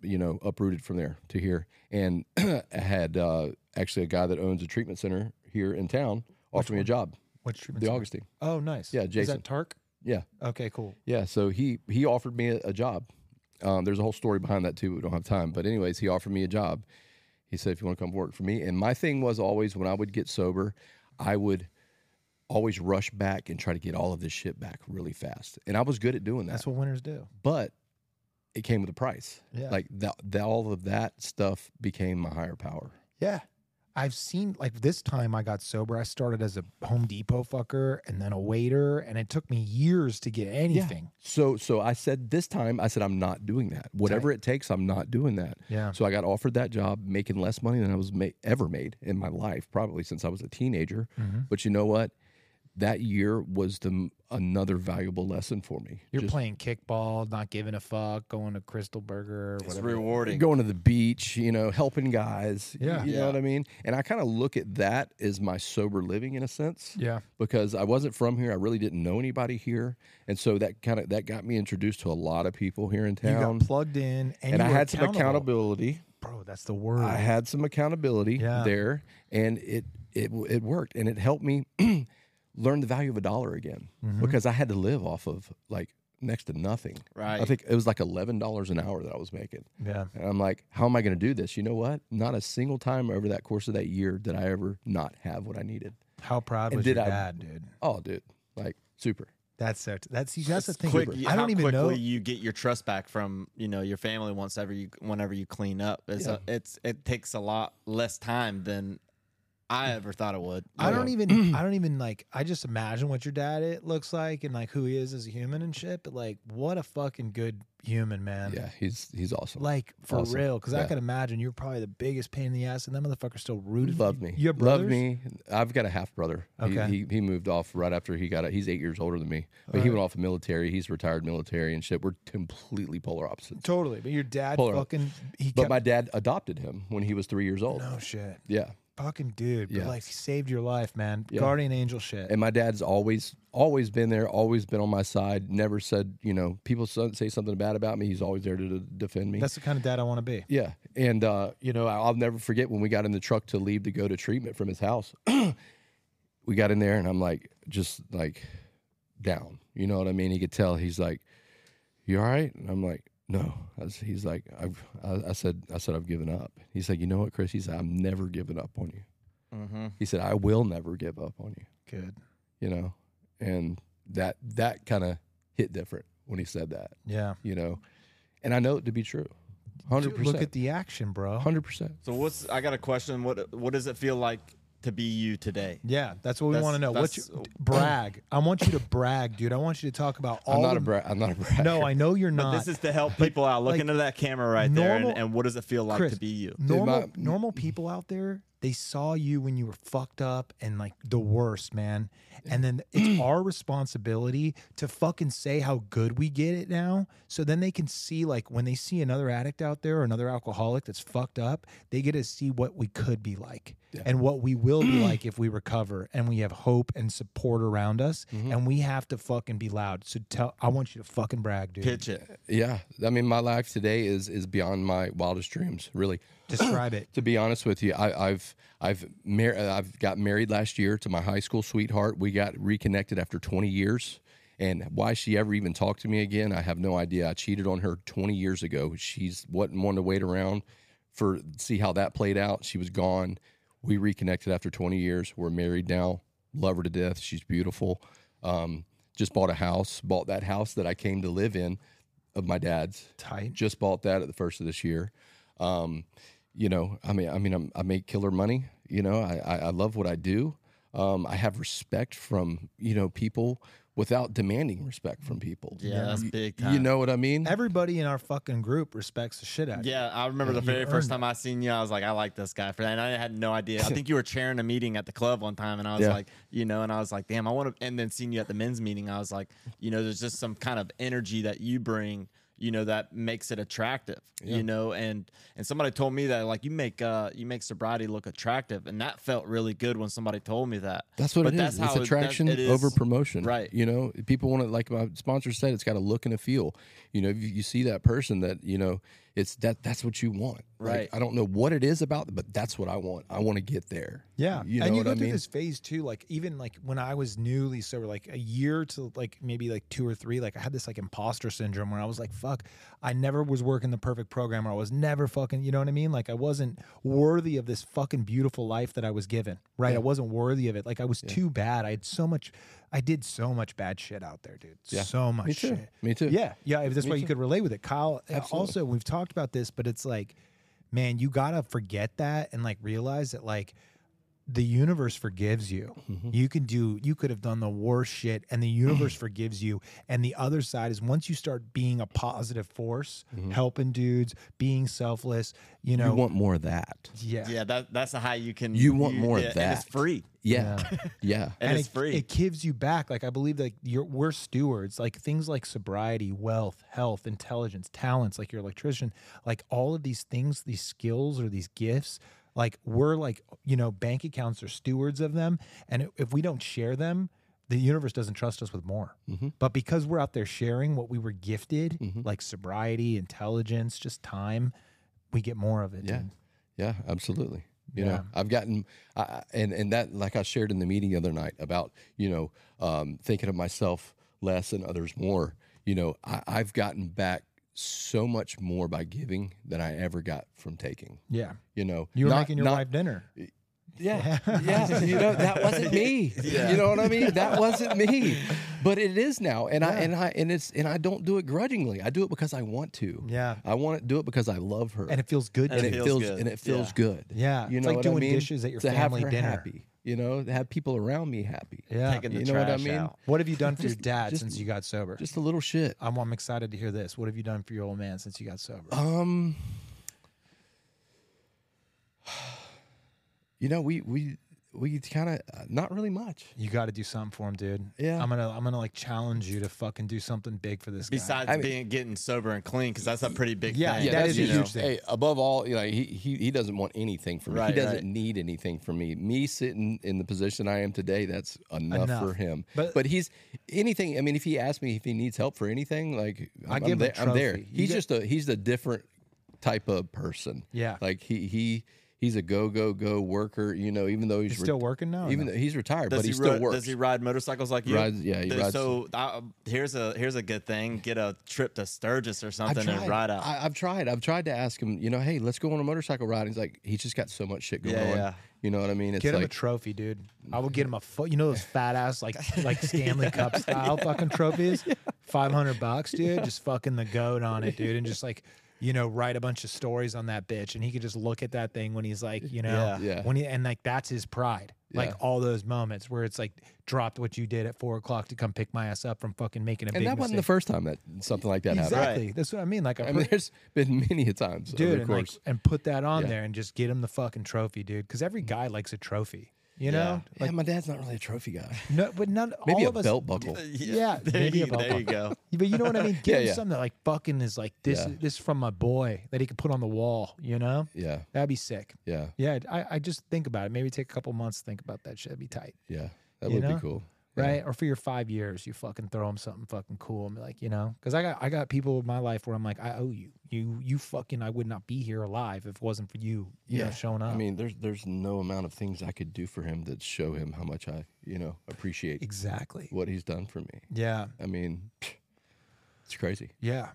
Speaker 2: you know, uprooted from there to here. And I had uh, actually a guy that owns a treatment center here in town offered me a job.
Speaker 1: What's treatment?
Speaker 2: The
Speaker 1: center?
Speaker 2: Augustine,
Speaker 1: Oh, nice.
Speaker 2: Yeah,
Speaker 1: Is
Speaker 2: Jason.
Speaker 1: that Tark?
Speaker 2: yeah.
Speaker 1: Okay, cool.
Speaker 2: Yeah, so he he offered me a, a job. Um, there's a whole story behind that too. but We don't have time, but anyways, he offered me a job. He said, "If you want to come work for me," and my thing was always when I would get sober, I would always rush back and try to get all of this shit back really fast, and I was good at doing that.
Speaker 1: That's what winners do.
Speaker 2: but it came with a price.
Speaker 1: Yeah.
Speaker 2: Like that, that, all of that stuff became my higher power.
Speaker 1: Yeah. I've seen like this time I got sober. I started as a Home Depot fucker and then a waiter, and it took me years to get anything.
Speaker 2: So, so I said this time, I said I'm not doing that. Whatever it takes, I'm not doing that.
Speaker 1: Yeah.
Speaker 2: So I got offered that job, making less money than I was ma- ever made in my life, probably since I was a teenager.
Speaker 1: Mm-hmm.
Speaker 2: But you know what? That year was the m- another valuable lesson for me.
Speaker 1: You're
Speaker 2: Just
Speaker 1: playing kickball, not giving a fuck, going to Crystal Burger,
Speaker 4: It's
Speaker 1: whatever.
Speaker 4: rewarding.
Speaker 2: going to the beach, you know, helping guys. y-
Speaker 1: Yeah.
Speaker 2: you
Speaker 4: Yeah.
Speaker 2: know what I mean. And I kind of look at that as my sober living in a sense.
Speaker 1: yeah.
Speaker 2: because I wasn't from here. I really didn't know anybody here, and so that kind of that got me introduced to a lot of people here in
Speaker 1: You
Speaker 2: town.
Speaker 1: got plugged in and,
Speaker 2: and
Speaker 1: you
Speaker 2: I
Speaker 1: were
Speaker 2: had some accountability.
Speaker 1: Bro, that's the word.
Speaker 2: I had some accountability
Speaker 1: Yeah.
Speaker 2: there, and it it it worked, and it helped me learn the value of a dollar again
Speaker 1: Mm-hmm.
Speaker 2: because I had to live off of like next to nothing.
Speaker 4: Right.
Speaker 2: I think it was like eleven dollars an hour that I was making.
Speaker 1: yeah.
Speaker 2: And I'm like, how am I going to do this? You know what? Not a single time over that course of that year did I ever not have what I needed.
Speaker 1: How proud was
Speaker 2: did
Speaker 1: your
Speaker 2: I-
Speaker 1: dad, dude?
Speaker 2: Oh, dude, like super.
Speaker 1: That's so that's see, that's the
Speaker 4: It's
Speaker 1: thing.
Speaker 4: Quick,
Speaker 1: I
Speaker 4: how
Speaker 1: don't even
Speaker 4: quickly
Speaker 1: know.
Speaker 4: you get your trust back from you know your family once ever you whenever you clean up. It's a- it's it takes a lot less time than I ever thought it would.
Speaker 1: Mm. I don't even I don't even like I just imagine what your dad it looks like and like who he is as a human and shit, but like what a fucking good human, man.
Speaker 2: Yeah, he's he's awesome.
Speaker 1: Like for
Speaker 2: Awesome.
Speaker 1: real, because I
Speaker 2: Yeah.
Speaker 1: can imagine you're probably the biggest pain in the ass, and that motherfucker still rooted. for
Speaker 2: Loved
Speaker 1: you.
Speaker 2: me.
Speaker 1: You have
Speaker 2: Loved
Speaker 1: brothers?
Speaker 2: me. I've got a half brother.
Speaker 1: Okay.
Speaker 2: He, he he moved off right after he got out. He's eight years older than me, but he went off the military. He's retired military and shit. We're completely polar opposites.
Speaker 1: Totally, but your dad
Speaker 2: Polar.
Speaker 1: fucking he
Speaker 2: But
Speaker 1: kept.
Speaker 2: my dad adopted him when he was three years old.
Speaker 1: no shit,
Speaker 2: Yeah,
Speaker 1: fucking dude, but
Speaker 2: Yeah.
Speaker 1: like saved your life, man.
Speaker 2: Yeah.
Speaker 1: Guardian angel shit.
Speaker 2: and my dad's always always been there, always been on my side. Never said you know people so- say something bad about me. He's always there to, to defend me.
Speaker 1: That's the kind of dad I want to be.
Speaker 2: Yeah, and uh, you know I- I'll never forget when we got in the truck to leave to go to treatment from his house. we got in there, and I'm like, just like down. You know what I mean? He could tell. He's like, "You all right?" And I'm like, no. I was- he's like, I've, I, I said, I said, I've given up. He's like, you know what, Chris? He said, I'm never giving up on you.
Speaker 1: e-,
Speaker 4: Mm-hmm.
Speaker 2: He said, I will never give up on you.
Speaker 1: Good.
Speaker 2: You know, and that that kind of hit different when he said that.
Speaker 1: Yeah.
Speaker 2: You know, and I know it to be true, hundred
Speaker 1: Dude, Look at
Speaker 2: percent,
Speaker 1: the action, bro.
Speaker 2: hundred percent.
Speaker 4: So what's I got a question. What what does it feel like to be you today?
Speaker 1: Yeah, that's what we
Speaker 4: That's-
Speaker 1: want to know. What's
Speaker 4: that's-
Speaker 1: your, brag? I want you to brag, dude. I want you to talk about all.
Speaker 2: I'm not
Speaker 1: the,
Speaker 2: a bra- I'm not a brag.
Speaker 1: No, I know you're
Speaker 4: But
Speaker 1: not.
Speaker 4: this is to help people out. Look
Speaker 1: like,
Speaker 4: into that camera right there, and,
Speaker 1: normal-
Speaker 4: and what does it feel like
Speaker 1: Chris,
Speaker 4: to be you?
Speaker 1: normal
Speaker 2: my-
Speaker 1: normal people out there they saw you when you were fucked up and like the worst man and then it's our responsibility to fucking say how good we get it now so then they can see like when they see another addict out there or another alcoholic that's fucked up they get to see what we could be like
Speaker 2: Yeah.
Speaker 1: and what we will be like if we recover and we have hope and support around us and we have to fucking be loud so tell i want you to fucking brag dude
Speaker 4: Pitch it.
Speaker 2: yeah. I mean, my life today is is beyond my wildest dreams. Really,
Speaker 1: describe it
Speaker 2: to be honest with you, I, I've I've mar- uh, I've got married last year to my high school sweetheart. We got reconnected after 20 years, and why she ever even talked to me again, I have no idea. I cheated on her 20 years ago. She's wasn't one to wait around for see how that played out. She was gone. We reconnected after 20 years. We're married now. Love her to death. She's beautiful. Um, just bought a house. Bought that house that I came to live in, of my dad's
Speaker 1: tight
Speaker 2: just bought that at the first of this year. Um, you know, I mean, I mean, I'm, I make killer money. You know, I, I, I love what I do. Um, I have respect from you know people without demanding respect from people.
Speaker 4: Yeah, that's big time.
Speaker 2: You know what I mean?
Speaker 1: everybody in our fucking group respects the shit out of you.
Speaker 4: Yeah, I remember the
Speaker 1: You
Speaker 4: very first
Speaker 1: earned
Speaker 4: time I seen you, I was like, I like this guy for that. And I had no idea. I think you were chairing a meeting at the club one time, and I was
Speaker 2: Yeah.
Speaker 4: like, you know, and I was like, damn, I want to. And then seeing you at the men's meeting, I was like, you know, there's just some kind of energy that you bring, you know, that makes it attractive, you know. And and somebody told me that like you make uh you make sobriety look attractive, and that felt really good when somebody told me that.
Speaker 2: That's what
Speaker 4: But
Speaker 2: it is.
Speaker 4: that's how it-
Speaker 2: it's
Speaker 4: that-
Speaker 2: attraction
Speaker 4: it is-
Speaker 2: over promotion.
Speaker 4: Right.
Speaker 2: You know, people want to, like my sponsor said, it's got a look and a feel. You know, if you, you see that person that, you know, it's that, that's what you want. Like,
Speaker 4: Right.
Speaker 2: I don't know what it is about, but that's what I want. I want to get there.
Speaker 1: Yeah.
Speaker 2: You know
Speaker 1: and you
Speaker 2: what
Speaker 1: go
Speaker 2: I
Speaker 1: through
Speaker 2: mean?
Speaker 1: this phase too, like even like when I was newly sober, like a year to like maybe like two or three, like I had this like imposter syndrome where I was like, fuck, I never was working the perfect program or I was never fucking, you know what I mean? Like I wasn't worthy of this fucking beautiful life that I was given, right? I wasn't worthy of it. Like I was too bad. I had so much, I did so much bad shit out there, dude. So much
Speaker 2: Me too.
Speaker 1: shit.
Speaker 2: Me too.
Speaker 1: Yeah, yeah. If that's why you could relate with it, Kyle. uh, Also, we've talked about this, but it's like, man, you gotta forget that and like realize that like the universe forgives you.
Speaker 2: Mm-hmm.
Speaker 1: You can do. You could have done the worst shit, and the universe forgives you. And the other side is once you start being a positive force, helping dudes, being selfless. You know,
Speaker 2: Mm-hmm. You want more of that.
Speaker 1: yeah,
Speaker 4: Yeah, that that's how you can.
Speaker 2: You want more of
Speaker 4: yeah, And
Speaker 2: that.
Speaker 4: it's free.
Speaker 2: Yeah. Yeah.
Speaker 4: And, it's
Speaker 1: it,
Speaker 4: free.
Speaker 1: It gives you back. Like I believe like you're we're stewards. Like things like sobriety, wealth, health, intelligence, talents, like your electrician, like all of these things, these skills or these gifts, like we're like, you know, bank accounts are stewards of them. And if we don't share them, the universe doesn't trust us with more.
Speaker 2: Mm-hmm.
Speaker 1: But because we're out there sharing what we were gifted, like sobriety, intelligence, just time, we get more of it.
Speaker 2: Yeah.
Speaker 1: dude.
Speaker 2: Yeah, absolutely. You
Speaker 1: Yeah.
Speaker 2: know, I've gotten, I- I, and and that like I shared in the meeting the other night about you know um, thinking of myself less and others more. You know, I, I've gotten back so much more by giving than I ever got from taking.
Speaker 1: Yeah.
Speaker 2: You know,
Speaker 1: You were
Speaker 2: Not-
Speaker 1: making your
Speaker 2: not-
Speaker 1: wife dinner.
Speaker 2: yeah, yeah. You know that wasn't me. You know what I mean? That wasn't me. But it is now, and I and I and it's and I don't do it grudgingly. I do it because I want to.
Speaker 1: Yeah.
Speaker 2: I want to do it because I love her,
Speaker 1: And it feels good.
Speaker 4: And
Speaker 1: to
Speaker 2: and
Speaker 1: do.
Speaker 2: it feels, good. and it feels
Speaker 4: Yeah.
Speaker 2: good.
Speaker 1: Yeah,
Speaker 2: you
Speaker 1: it's
Speaker 2: know
Speaker 1: like
Speaker 2: what I
Speaker 1: doing
Speaker 2: mean?
Speaker 1: dishes at your
Speaker 2: to have
Speaker 1: family
Speaker 2: her
Speaker 1: dinner.
Speaker 2: happy. You know, to have people around me happy.
Speaker 1: Yeah.
Speaker 4: Taking the
Speaker 2: You know what I
Speaker 4: trash
Speaker 2: mean?
Speaker 4: out.
Speaker 1: What have you done for your
Speaker 2: Just-
Speaker 1: dad
Speaker 2: just-
Speaker 1: since you got sober?
Speaker 2: Just a little shit.
Speaker 1: I'm, I'm excited to hear this. What have you done for your old man since you got sober?
Speaker 2: Um, you know, we we we kind of not really much.
Speaker 1: you got to do something for him, dude.
Speaker 2: Yeah.
Speaker 1: I'm gonna I'm gonna like challenge you to fucking do something big for this guy.
Speaker 4: Besides
Speaker 2: I mean-
Speaker 4: being getting sober and clean, because that's a pretty big
Speaker 1: Yeah,
Speaker 4: thing.
Speaker 1: yeah, that
Speaker 2: that's-
Speaker 1: is a
Speaker 4: you know.
Speaker 1: huge thing.
Speaker 2: Hey, above all, you know, he, he he doesn't want anything from me.
Speaker 4: Right,
Speaker 2: he doesn't
Speaker 4: right.
Speaker 2: need anything from me. Me sitting in the position I am today, that's enough,
Speaker 1: Enough.
Speaker 2: for him.
Speaker 1: But-
Speaker 2: But, he's anything. I mean, if he asks me if he needs help for anything, like I'm,
Speaker 1: I
Speaker 2: I'm
Speaker 1: give him a
Speaker 2: there, I'm there.
Speaker 1: trophy. You
Speaker 2: He's
Speaker 1: get-
Speaker 2: just a he's a different type of person.
Speaker 1: Yeah.
Speaker 2: like he he he's a go go go worker. You know, even though he's,
Speaker 1: He's
Speaker 2: re-
Speaker 1: still working now. or
Speaker 2: even
Speaker 1: no?
Speaker 2: though he's retired,
Speaker 4: Does
Speaker 2: but he,
Speaker 4: he,
Speaker 2: still
Speaker 4: ro-
Speaker 2: works.
Speaker 4: Does he ride motorcycles like you?
Speaker 2: rides, yeah, he
Speaker 4: Th-
Speaker 2: rides.
Speaker 4: So I, here's a here's a good thing. Get a trip to Sturgis or
Speaker 2: I've
Speaker 4: something
Speaker 2: tried,
Speaker 4: and ride out.
Speaker 2: I, have tried. I've tried to ask him. You know, hey, let's go on a motorcycle ride. He's like, he's just got so much shit going
Speaker 4: Yeah,
Speaker 2: on.
Speaker 4: yeah.
Speaker 2: You know what I mean? It's
Speaker 1: get him a
Speaker 2: like
Speaker 1: trophy, dude. I will get him a foot. You know those fat ass like like Stanley Cup style fucking trophies. Five hundred bucks, dude. Just fucking the goat on it, dude, and just like you know write a bunch of stories on that bitch, and he could just look at that thing when he's like you know
Speaker 4: Yeah.
Speaker 2: Yeah.
Speaker 1: when he and like that's his pride. Like
Speaker 2: Yeah.
Speaker 1: all those moments where it's like dropped what you did at four o'clock to come pick my ass up from fucking making a
Speaker 2: and
Speaker 1: big
Speaker 2: that wasn't the
Speaker 1: mistake.
Speaker 2: first time that something like that happened.
Speaker 1: exactly. That's what I mean. Like a
Speaker 2: I mean, there's been many a times,
Speaker 1: dude,
Speaker 2: of
Speaker 1: and like
Speaker 2: course.
Speaker 1: and put that on
Speaker 2: Yeah. Mm.
Speaker 1: there and just get him the fucking trophy, dude. Because every guy likes a trophy. You
Speaker 4: Yeah.
Speaker 1: know, like
Speaker 2: yeah, my dad's not really a trophy guy.
Speaker 1: no, but not
Speaker 2: Maybe
Speaker 1: all
Speaker 2: a
Speaker 1: of us.
Speaker 2: belt buckle.
Speaker 1: yeah,
Speaker 4: there,
Speaker 1: maybe
Speaker 4: you,
Speaker 1: about
Speaker 4: there you go.
Speaker 1: But you know what I mean? Give
Speaker 2: Yeah,
Speaker 1: him
Speaker 2: yeah.
Speaker 1: something that like fucking is like this.
Speaker 2: Yeah.
Speaker 1: This is from my boy that he could put on the wall. You know,
Speaker 2: Yeah,
Speaker 1: that'd be sick.
Speaker 2: yeah,
Speaker 1: Yeah, I, I just think about it. Maybe take a couple months to think about that shit. That'd be tight,
Speaker 2: yeah. That
Speaker 1: You
Speaker 2: would
Speaker 1: know?
Speaker 2: be cool. Yeah.
Speaker 1: right? Or for your five years, you fucking throw him something fucking cool and be like, you know, because I got I got people in my life where I'm like, I owe you. You you fucking I would not be here alive if it wasn't for you. You know, showing up.
Speaker 2: I mean, there's there's no amount of things I could do for him that show him how much I you know appreciate
Speaker 1: exactly.
Speaker 2: what he's done for me.
Speaker 1: Yeah.
Speaker 2: I mean, it's crazy.
Speaker 1: Yeah.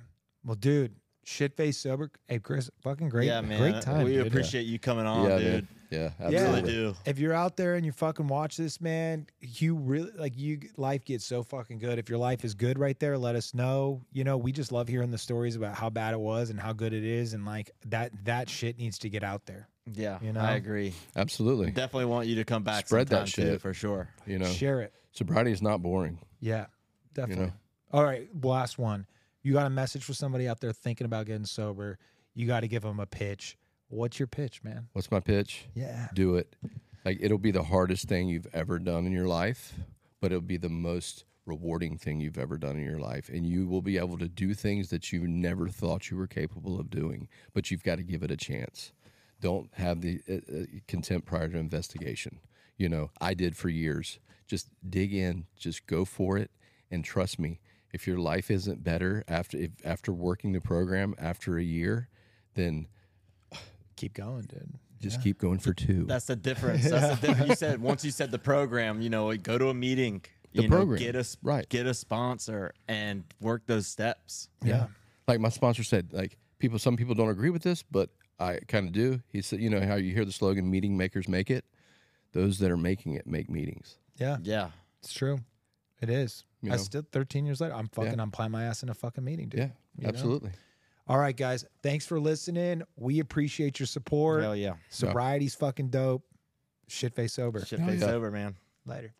Speaker 1: Well, dude, shit face sober. Hey, Chris, fucking great.
Speaker 4: yeah, man.
Speaker 1: Great time.
Speaker 4: We
Speaker 1: dude.
Speaker 4: appreciate you coming on,
Speaker 2: yeah,
Speaker 4: dude.
Speaker 2: man. Yeah,
Speaker 1: Yeah.
Speaker 4: Really
Speaker 2: absolutely.
Speaker 4: do.
Speaker 1: If you're out there and you fucking watch this, man, you really like you life gets so fucking good. If your life is good right there, let us know. You know, we just love hearing the stories about how bad it was and how good it is, and like that that shit needs to get out there.
Speaker 4: Yeah,
Speaker 1: You know?
Speaker 4: I agree.
Speaker 2: Absolutely.
Speaker 4: Definitely want you to come back.
Speaker 2: Spread that
Speaker 4: sometime, too,
Speaker 2: shit.
Speaker 4: for sure.
Speaker 2: you know,
Speaker 1: Share it.
Speaker 2: sobriety is not boring.
Speaker 1: Yeah, definitely.
Speaker 2: know.
Speaker 1: All right, last one. You got a message for somebody out there thinking about getting sober. You got to give them a pitch. What's your pitch, man?
Speaker 2: What's my pitch?
Speaker 1: Yeah.
Speaker 2: Do it. Like it'll be the hardest thing you've ever done in your life, but it'll be the most rewarding thing you've ever done in your life and you will be able to do things that you never thought you were capable of doing, but you've got to give it a chance. Don't have the uh, uh, contempt prior to investigation. You know, I did for years. Just dig in, just go for it and trust me, if your life isn't better after if, after working the program after a year, then
Speaker 1: Keep going, dude.
Speaker 2: just keep going for two.
Speaker 4: That's the difference. That's the difference. You said once you said the program, you know, go to a meeting,
Speaker 2: The
Speaker 4: you know,
Speaker 2: program,
Speaker 4: get us
Speaker 2: right.
Speaker 4: get a sponsor and work those steps.
Speaker 1: Yeah.
Speaker 2: like my sponsor said, like people, some people don't agree with this, but I kind of do. He said, you know how you hear the slogan, "Meeting makers make it." Those that are making it make meetings.
Speaker 1: Yeah.
Speaker 4: Yeah.
Speaker 1: It's true. It is.
Speaker 2: You
Speaker 1: I
Speaker 2: know?
Speaker 1: still 13 years later. I'm fucking.
Speaker 2: Yeah.
Speaker 1: I'm playing my ass in a fucking meeting, dude.
Speaker 2: Yeah,
Speaker 1: You know?
Speaker 2: absolutely.
Speaker 1: All right, guys. Thanks for listening. We appreciate your support.
Speaker 4: Hell yeah.
Speaker 1: Sobriety's fucking dope. Shit face sober.
Speaker 4: Shit face
Speaker 2: yeah.
Speaker 4: over, man.
Speaker 1: Later.